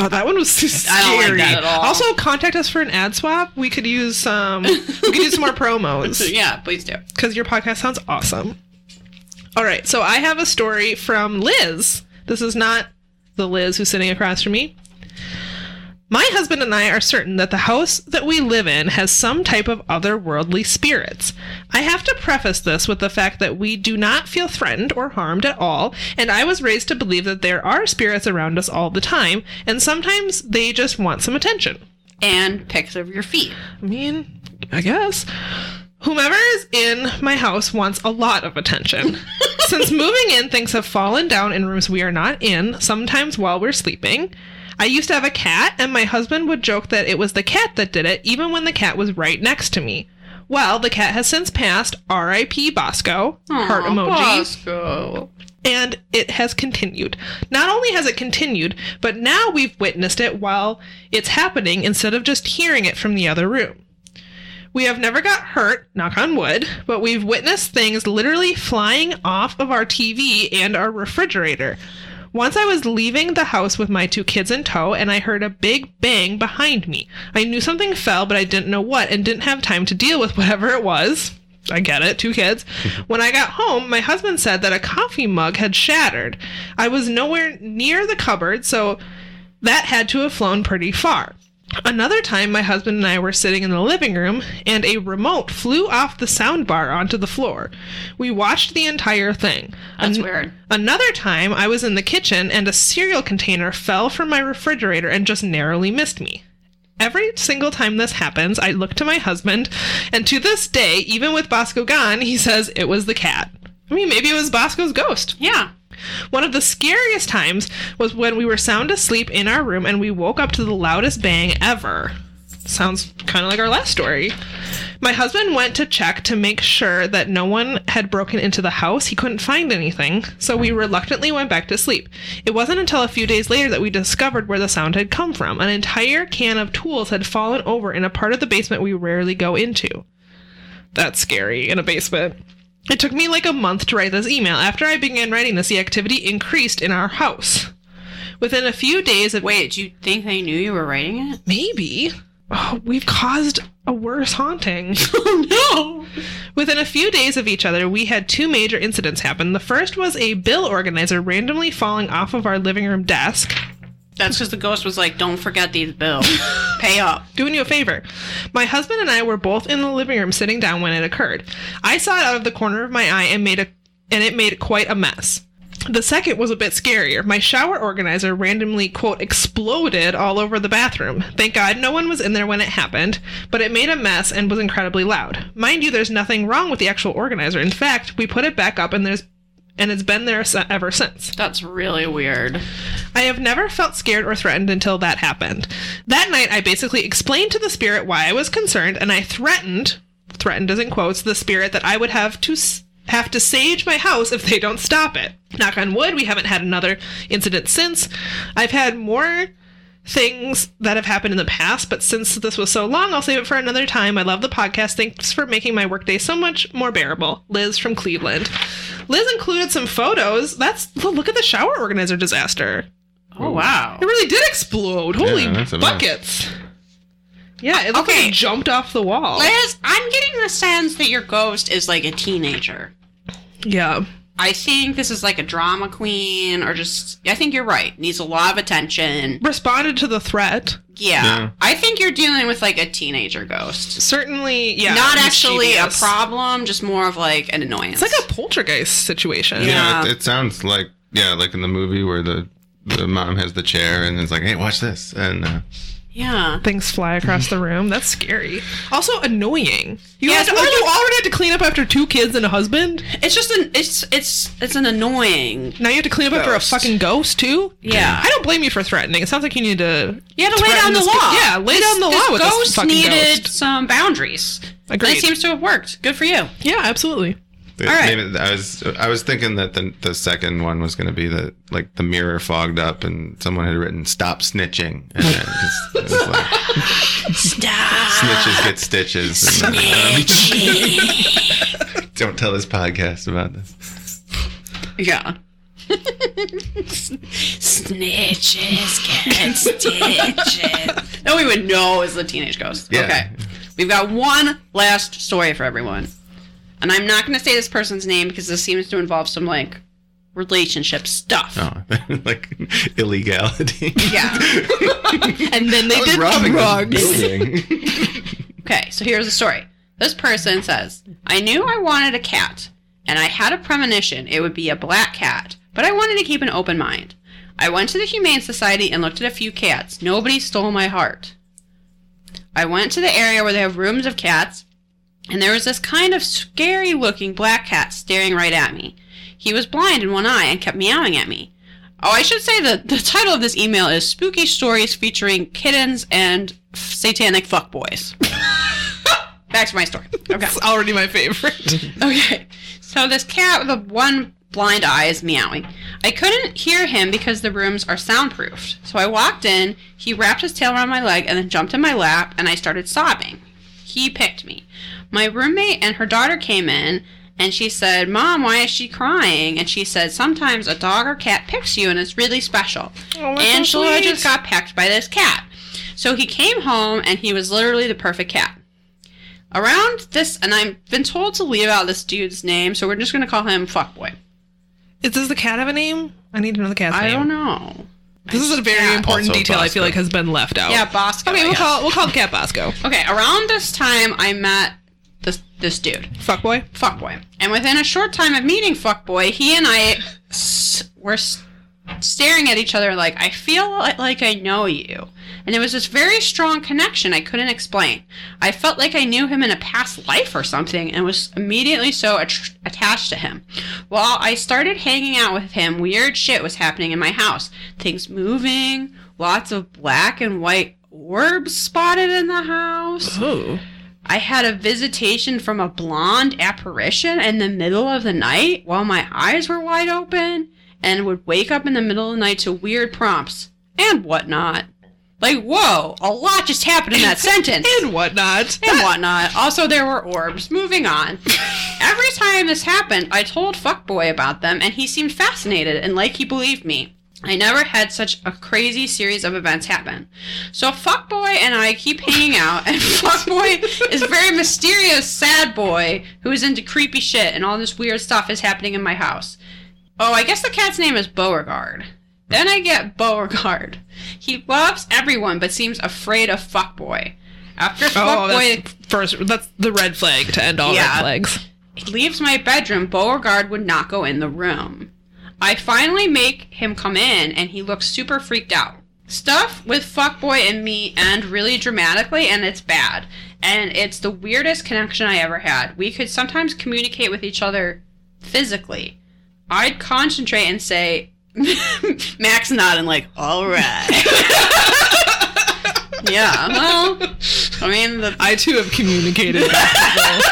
S2: Oh, that one was too
S1: I
S2: scary.
S1: don't like that at all.
S2: Also, contact us for an ad swap. We could use um, we could use some more
S1: So,
S2: promos
S1: yeah, please do.
S2: because your podcast sounds awesome. All right, so I have a story from Liz. This is not the Liz who's sitting across from me. My husband and I are certain that the house that we live in has some type of otherworldly spirits. I have to preface this with the fact that we do not feel threatened or harmed at all, and I was raised to believe that there are spirits around us all the time, and sometimes they just want some attention.
S1: And pics of your feet.
S2: I mean, I guess. Whomever is in my house wants a lot of attention. Since moving in, things have fallen down in rooms we are not in, sometimes while we're sleeping. I used to have a cat, and my husband would joke that it was the cat that did it, even when the cat was right next to me. Well, the cat has since passed. R.I.P. Bosco. heart
S1: Aw,
S2: emoji
S1: Bosco.
S2: and it has continued. Not only has it continued, but now we've witnessed it while it's happening instead of just hearing it from the other room. We have never got hurt, knock on wood, but we've witnessed things literally flying off of our TV and our refrigerator. Once I was leaving the house with my two kids in tow and I heard a big bang behind me. I knew something fell, but I didn't know what and didn't have time to deal with whatever it was. I get it, two kids. when I got home, my husband said that a coffee mug had shattered. I was nowhere near the cupboard, so that had to have flown pretty far. Another time, my husband and I were sitting in the living room, and a remote flew off the sound bar onto the floor. We watched the entire thing.
S1: That's
S2: An-
S1: weird.
S2: Another time, I was in the kitchen and a cereal container fell from my refrigerator and just narrowly missed me. Every single time this happens, I look to my husband, and to this day, even with Bosco gone, he says it was the cat. I mean, maybe it was Bosco's ghost.
S1: Yeah.
S2: One of the scariest times was when we were sound asleep in our room and we woke up to the loudest bang ever. Sounds kind of like our last story. My husband went to check to make sure that no one had broken into the house. He couldn't find anything, so we reluctantly went back to sleep. It wasn't until a few days later that we discovered where the sound had come from. An entire can of tools had fallen over in a part of the basement we rarely go into. That's scary in a basement. It took me like a month to write this email. After I began writing this, the activity increased in our house. Within a few days of
S1: Wait, do you think they knew you were writing it?
S2: maybe oh, we've caused a worse haunting.
S1: Oh no!
S2: Within a few days of each other, we had two major incidents happen. The first was a bill organizer randomly falling off of our living room desk.
S1: That's because the ghost was like, "Don't forget these bills. Pay up."
S2: doing you a favor. My husband and I were both in the living room sitting down when it occurred. I saw it out of the corner of my eye and made a and it made quite a mess. The second was a bit scarier. My shower organizer randomly, quote, exploded all over the bathroom. Thank God no one was in there when it happened, but it made a mess and was incredibly loud. Mind you, there's nothing wrong with the actual organizer. In fact, we put it back up and there's and it's been there se- ever since.
S1: That's really weird.
S2: I have never felt scared or threatened until that happened. That night, I basically explained to the spirit why I was concerned, and I threatened, threatened as in quotes, the spirit that I would have to s- have to sage my house if they don't stop it. Knock on wood, we haven't had another incident since. I've had more things that have happened in the past, but since this was so long, I'll save it for another time. I love the podcast. Thanks for making my workday so much more bearable. Liz from Cleveland. Liz included some photos. That's look at the shower organizer disaster.
S1: Oh wow.
S2: It really did explode. Holy
S3: Yeah, that's a mess.
S2: buckets. Yeah, it looked like
S1: Okay.
S2: it jumped off the wall.
S1: Liz, I'm getting the sense that your ghost is like a teenager.
S2: Yeah.
S1: I think this is like a drama queen, or just. I think you're right. Needs a lot of attention.
S2: Responded to the threat.
S1: Yeah.
S3: Yeah.
S1: I think you're dealing with like a teenager ghost.
S2: Certainly, yeah.
S1: Not actually a
S2: mischievous.
S1: problem, just more of like an annoyance.
S2: It's like a poltergeist situation.
S1: Yeah.
S3: it, it sounds like yeah, like in the movie where the the mom has the chair and it's like, hey, watch this, and uh,
S1: Yeah.
S2: things fly across the room. That's scary. Also annoying. You,
S1: Yeah,
S2: had to,
S1: it's more
S2: you already had to clean up after two kids and a husband.
S1: It's just an it's it's it's an annoying.
S2: Now you have to clean up after a
S1: Ghosts.
S2: fucking ghost too.
S1: Yeah.
S2: I don't blame you for threatening. It sounds like you need to.
S1: You had to lay down
S2: threaten
S1: the
S2: this
S1: law.
S2: go- yeah, lay
S1: This-
S2: down the
S1: this
S2: law with this
S1: ghost
S2: fucking
S1: needed
S2: ghost.
S1: some boundaries. And
S2: Agreed.
S1: it seems to have worked. Good for you.
S2: Yeah, absolutely.
S3: They-
S1: All right.
S3: maybe- I was I was thinking that the the second one was going to be that like the mirror fogged up and someone had written "Stop snitching." And then it's- it was like,
S1: Stop.
S3: snitches get stitches. And then, um, don't tell this podcast about this.
S1: Yeah. Snitches get stitches. No, we would know is the teenage ghost.
S3: Yeah.
S1: Okay. We've got one last story for everyone. And I'm not going to say this person's name because this seems to involve some like relationship stuff.
S3: Oh, like illegality.
S1: Yeah.
S2: And then
S3: I
S2: they
S3: was
S2: did
S3: robbing this
S2: drugs.
S3: building.
S1: Okay, so here's the story. This person says, I knew I wanted a cat, and I had a premonition it would be a black cat, but I wanted to keep an open mind. I went to the Humane Society and looked at a few cats. Nobody stole my heart. I went to the area where they have rooms of cats, and there was this kind of scary looking black cat staring right at me. He was blind in one eye and kept meowing at me. Oh, I should say that the title of this email is Spooky Stories Featuring Kittens and Satanic Fuckboys. Back to my story. Okay.
S2: It's already my favorite.
S1: Okay. So this cat with the one blind eye is meowing. I couldn't hear him because the rooms are soundproofed. So I walked in, he wrapped his tail around my leg and then jumped in my lap and I started sobbing. He picked me. My roommate and her daughter came in and she said, "Mom, why is she crying?" And she said, "Sometimes a dog or cat picks you and it's really special."
S2: Oh, that's so
S1: Angela
S2: sweet.
S1: just got pecked by this cat. So he came home and he was literally the perfect cat around this, and I've been told to leave out this dude's name, so we're just gonna call him Fuckboy.
S2: Is does the cat have a name? I need to know the cat's
S1: I
S2: name.
S1: don't know.
S2: This is a very
S1: Yeah.
S2: important
S3: Also
S2: detail. I feel
S3: Bosco.
S2: like has been left out.
S1: Yeah, Bosco.
S2: Oh. Okay,
S1: I
S2: we'll
S1: guess.
S2: call we'll call the cat Bosco.
S1: Okay, around this time, I met this this dude,
S2: Fuck boy.
S1: Fuckboy, and within a short time of meeting Fuckboy, he and I s- were s- staring at each other like, "I feel li- like I know you," and it was this very strong connection I couldn't explain. I felt like I knew him in a past life or something, and was immediately so attr attached to him. While I started hanging out with him, weird shit was happening in my house. Things moving, lots of black and white orbs spotted in the house.
S2: Oh.
S1: I had a visitation from a blonde apparition in the middle of the night while my eyes were wide open and would wake up in the middle of the night to weird prompts and whatnot. Like, whoa, a lot just happened in that sentence
S2: And whatnot.
S1: and whatnot. Also, there were orbs. Moving on. Every time this happened, I told Fuckboy about them, and he seemed fascinated and like he believed me. I never had such a crazy series of events happen. So Fuckboy and I keep hanging out, and Fuckboy is a very mysterious, sad boy who is into creepy shit, and all this weird stuff is happening in my house. Oh, I guess the cat's name is Beauregard. Then I get Beauregard. He loves everyone but seems afraid of Fuckboy. After
S2: Oh,
S1: Fuckboy
S2: that's first. That's the red flag to end all
S1: Yeah.
S2: red flags.
S1: leaves my bedroom, Beauregard would not go in the room. I finally make him come in, and he looks super freaked out. Stuff with fuckboy and me end really dramatically, and it's bad. And it's the weirdest connection I ever had. We could sometimes communicate with each other physically. I'd concentrate and say, Max nodding, like, all right. yeah, well, I mean, the
S2: I too have communicated with people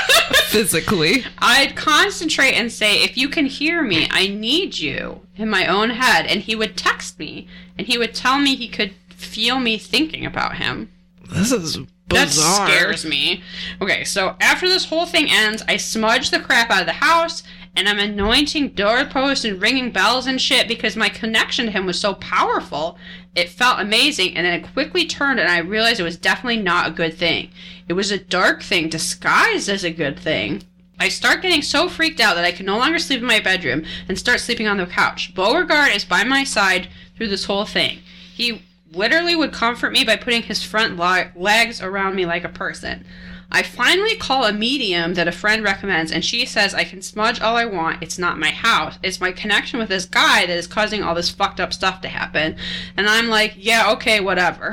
S2: physically.
S1: I'd concentrate and say, if you can hear me, I need you in my own head. And he would text me and he would tell me he could feel me thinking about him.
S2: This is
S1: That
S2: bizarre.
S1: scares me. Okay, so after this whole thing ends, I smudge the crap out of the house and I'm anointing doorposts and ringing bells and shit because my connection to him was so powerful. It felt amazing, and then it quickly turned, and I realized it was definitely not a good thing. It was a dark thing disguised as a good thing. I start getting so freaked out that I can no longer sleep in my bedroom and start sleeping on the couch. Beauregard is by my side through this whole thing. He literally would comfort me by putting his front li- legs around me like a person. I finally call a medium that a friend recommends, and she says I can smudge all I want. It's not my house. It's my connection with this guy that is causing all this fucked up stuff to happen. And I'm like, yeah, okay, whatever.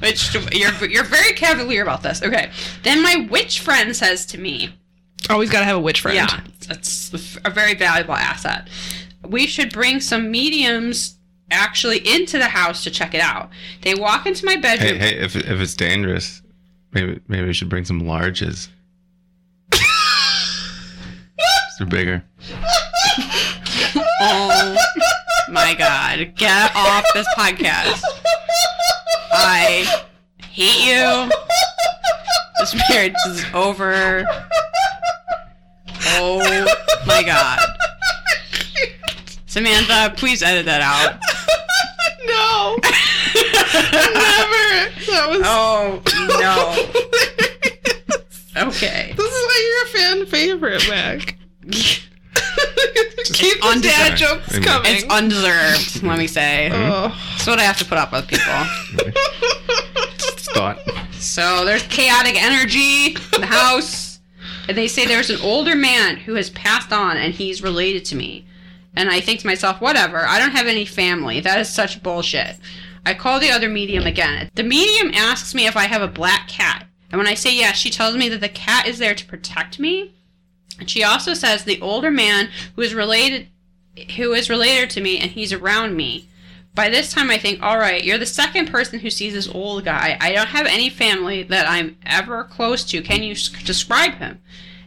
S1: Which you're you're very cavalier about this. Okay. Then my witch friend says to me,
S2: Always gotta have a witch friend.
S1: yeah, that's a very valuable asset. We should bring some mediums actually into the house to check it out. They walk into my bedroom.
S3: Hey, hey, if if it's dangerous, maybe maybe we should bring some larges. They're bigger.
S1: Oh my god. Get off this podcast. I hate
S2: Oh.
S1: you. This marriage is over. Oh my god. Samantha, please edit that out.
S2: No, never. That was.
S1: Oh no. Okay.
S2: This is why you're a fan favorite, Mac. Keep the
S1: undeserved.
S2: dad jokes
S3: Amen.
S2: coming.
S1: It's undeserved, let me say.
S3: Mm-hmm.
S2: oh.
S1: That's what I have to put up with people.
S3: Thought.
S1: So there's chaotic energy in the house. And they say there's an older man who has passed on and he's related to me. And I think to myself, whatever, I don't have any family. That is such bullshit. I call the other medium again. The medium asks me if I have a black cat. And when I say yes, she tells me that the cat is there to protect me. And she also says the older man who is related who is related to me and he's around me. By this time, I think, all right, you're the second person who sees this old guy. I don't have any family that I'm ever close to. Can you s- describe him?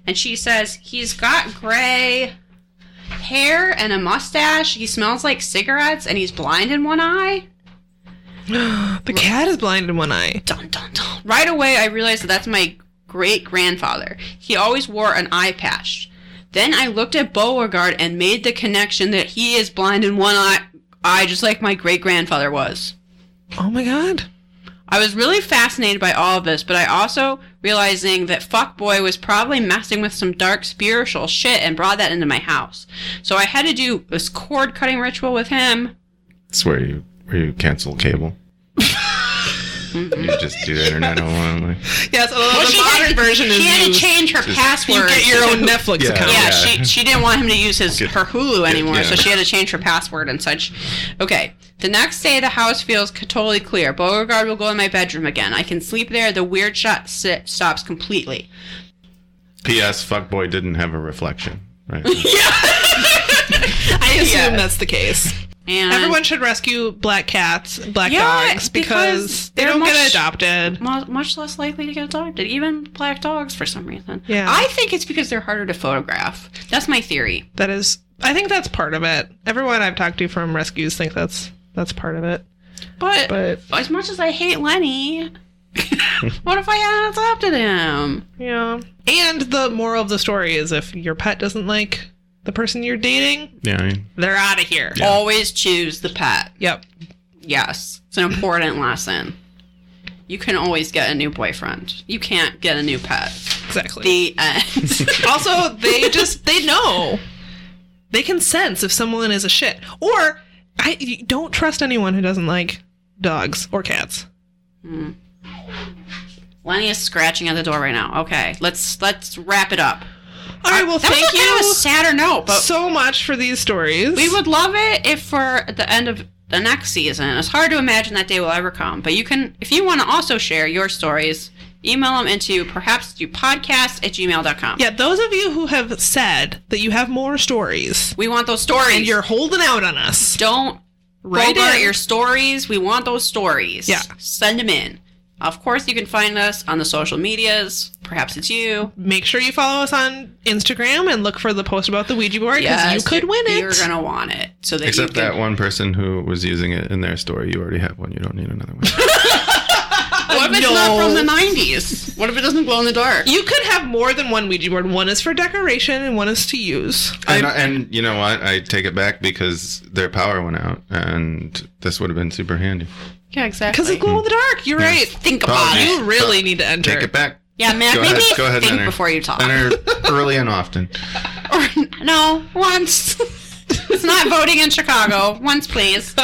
S1: And she says, he's got gray hair and a mustache. He smells like cigarettes and he's blind in one eye.
S2: The cat is blind in one eye.
S1: Dun, dun, dun. Right away, I realized that that's my great grandfather. He always wore an eye patch. Then I looked at Beauregard and made the connection that he is blind in one eye, eye just like my great grandfather was.
S2: Oh my god.
S1: I was really fascinated by all of this, but I also realizing that fuckboy was probably messing with some dark spiritual shit and brought that into my house. So I had to do this cord cutting ritual with him.
S3: It's where you where you cancel cable. you just do the internet only.
S2: Yes, although the
S1: she
S2: modern
S1: had,
S2: version
S1: she
S2: is
S1: had to
S2: used.
S1: change her password.
S2: You get your own Netflix
S3: Yeah.
S2: account.
S1: Yeah,
S3: Yeah.
S1: she she didn't want him to use his her Hulu anymore,
S3: yeah.
S1: so she had to change her password and such. Okay. The next day, the house feels c- totally clear. Beauregard will go in my bedroom again. I can sleep there. The weird shot sit stops completely.
S3: P.S. Fuckboy didn't have a reflection. Right.
S1: I
S2: I assume that's the case.
S1: And
S2: Everyone should rescue black cats, black
S1: Yeah,
S2: dogs,
S1: because
S2: because, they
S1: they're
S2: don't
S1: much-
S2: get adopted.
S1: mu- much less likely to get adopted, even black dogs for some reason.
S2: Yeah.
S1: I think it's because they're harder to photograph. That's my theory.
S2: That is, I think that's part of it. Everyone I've talked to from rescues think that's that's part of it.
S1: But,
S2: But
S1: as much as I hate Lenny, what if I hadn't adopted him?
S2: yeah, and the moral of the story is if your pet doesn't like the person you're dating,
S3: Yeah. I mean,
S2: they're out of here.
S3: Yeah.
S1: Always choose the pet.
S2: Yep.
S1: Yes, it's an important lesson. You can always get a new boyfriend. You can't get a new pet.
S2: Exactly.
S1: The end.
S2: also, they just they know. They can sense if someone is a shit. Or I you don't trust anyone who doesn't like dogs or cats.
S1: Lenny is scratching at the door right now. Okay, let's let's wrap it up.
S2: All right, well,
S1: that
S2: thank
S1: was a kind of
S2: you
S1: a sadder note, but
S2: so much for these stories.
S1: We would love it if for at the end of the next season. It's hard to imagine that day will ever come, but you can, if you want to also share your stories, email them into perhaps do podcast at gmail.com.
S2: Yeah, those of you who have said that you have more stories
S1: We want those stories.
S2: and you're holding out on us.
S1: Don't
S2: Right
S1: write out
S2: in.
S1: your stories. We want those stories.
S2: Yeah.
S1: Send them in. Of course, you can find us on the social medias. Perhaps it's you.
S2: Make sure you follow us on Instagram and look for the post about the Ouija board because
S1: Yes,
S2: you could win it.
S1: You're going to want it. So that
S3: except
S1: you can,
S3: that one person who was using it in their story. You already have one. You don't need another one.
S1: What if it's not from the 90s? What if it doesn't glow in the dark?
S2: Uh, You could have more than one Ouija board. One is for decoration and one is to use.
S3: And, and you know what? I take it back because their power went out, and this would have been super handy.
S1: Yeah, exactly.
S2: Because it's glow in the dark. You're right.
S1: Think about
S3: Apologies.
S1: it.
S2: You really need to enter.
S3: Take it back.
S1: Yeah, Mac,
S3: Go
S1: maybe
S3: ahead. Go ahead,
S1: think
S3: Leonard.
S1: before you talk.
S3: Enter early and often.
S1: Or, no, once. it's not voting in Chicago. Once, please.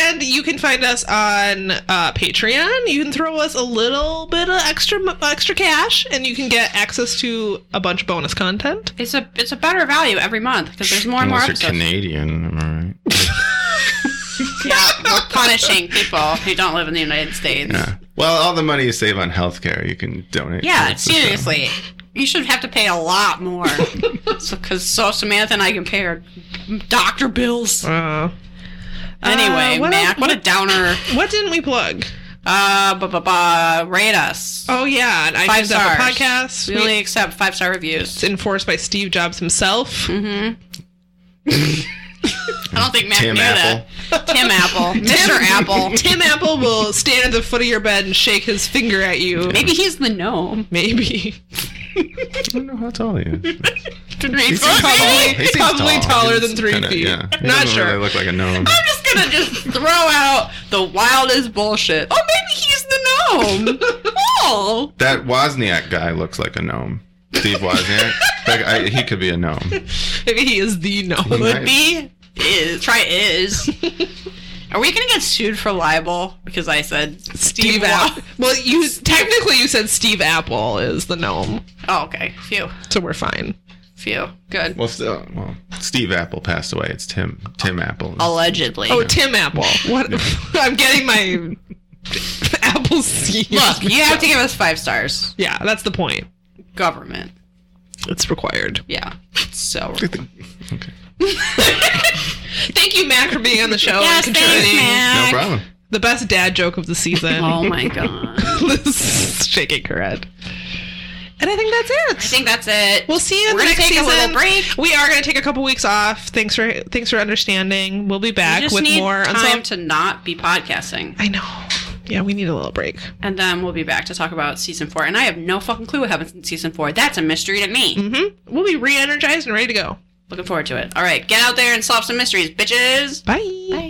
S2: And you can find us on uh, Patreon. You can throw us a little bit of extra extra cash, and you can get access to a bunch of bonus content.
S1: It's a it's a better value every month because there's more and more
S3: Unless you're
S1: episodes.
S3: Canadian, am I right?
S1: yeah, we're punishing people who don't live in the United States.
S3: Yeah. Well, all the money you save on healthcare, you can donate.
S1: Yeah,
S3: towards the show.
S1: seriously. You should have to pay a lot more. Because so, Samantha and I compared doctor bills.
S2: Uh,
S1: Anyway,
S2: Uh, what
S1: Mac,
S2: else-
S1: what a downer.
S2: what didn't we plug?
S1: Uh, ba ba ba, rate us.
S2: Oh yeah, I
S1: Five
S2: iTunes Apple
S1: stars.
S2: Podcasts.
S1: We
S2: We-
S1: only accept five star reviews.
S2: it's enforced by Steve Jobs himself.
S1: Mm-hmm. I don't think Mac
S3: Tim
S1: knew
S3: Apple.
S1: that. Tim Apple. Mr. Apple.
S2: Tim Apple will stand at the foot of your bed and shake his finger at you.
S1: Maybe he's the gnome.
S2: Maybe.
S3: I don't know how tall he is.
S1: Three feet,
S3: seems
S1: maybe?
S3: He seems
S2: Probably
S3: tall.
S2: taller
S3: He's
S2: than three
S3: kinda-
S2: feet.
S3: Yeah. He
S2: Not
S3: doesn't
S2: sure.
S3: Really look like a gnome.
S1: I'm just gonna just throw out the wildest bullshit. Oh, maybe he's the gnome. oh,
S3: That Wozniak guy looks like a gnome. Steve Wozniak. like, I, he could be a gnome.
S2: Maybe he is the no.
S3: might.
S1: would be is try is. Are we gonna get sued for libel because I said
S2: Steve
S1: Wa-
S2: Apple. Well, you technically you said Steve Apple is the gnome,
S1: Oh, okay. Phew,
S2: so we're fine.
S1: phew. Good.
S3: Well, still, well, Steve Apple passed away. It's Tim. Tim Apple.
S1: Allegedly.
S2: Oh, Tim Apple. What? I'm getting my apple seed.
S1: look, you have to give us five stars.
S2: Yeah, that's the point.
S1: Government.
S2: It's required.
S1: Yeah. So.
S3: okay.
S2: Thank you, Mac, for being on the show
S1: Yes,
S2: and
S1: thanks,
S2: contributing.
S3: No
S1: man.
S3: problem.
S2: The best dad joke of the season.
S1: Oh my god. I
S2: Liz shaking her head. And I think that's it.
S1: think that's it.
S2: We'll see you in
S1: We're
S2: the
S1: gonna
S2: next
S1: take a
S2: season.
S1: little break.
S2: We are going to take a couple weeks off. Thanks for thanks for understanding. We'll be
S1: We
S2: back
S1: just
S2: with
S1: need
S2: more
S1: time
S2: unsolved.
S1: to not be podcasting.
S2: I know. Yeah, we need a little break.
S1: And then we'll be back to talk about season four. And I have no fucking clue what happens in season four. That's a mystery to me.
S2: hmm We'll be re-energized and ready to go.
S1: Looking forward to it. All right, get out there and solve some mysteries, bitches.
S2: Bye.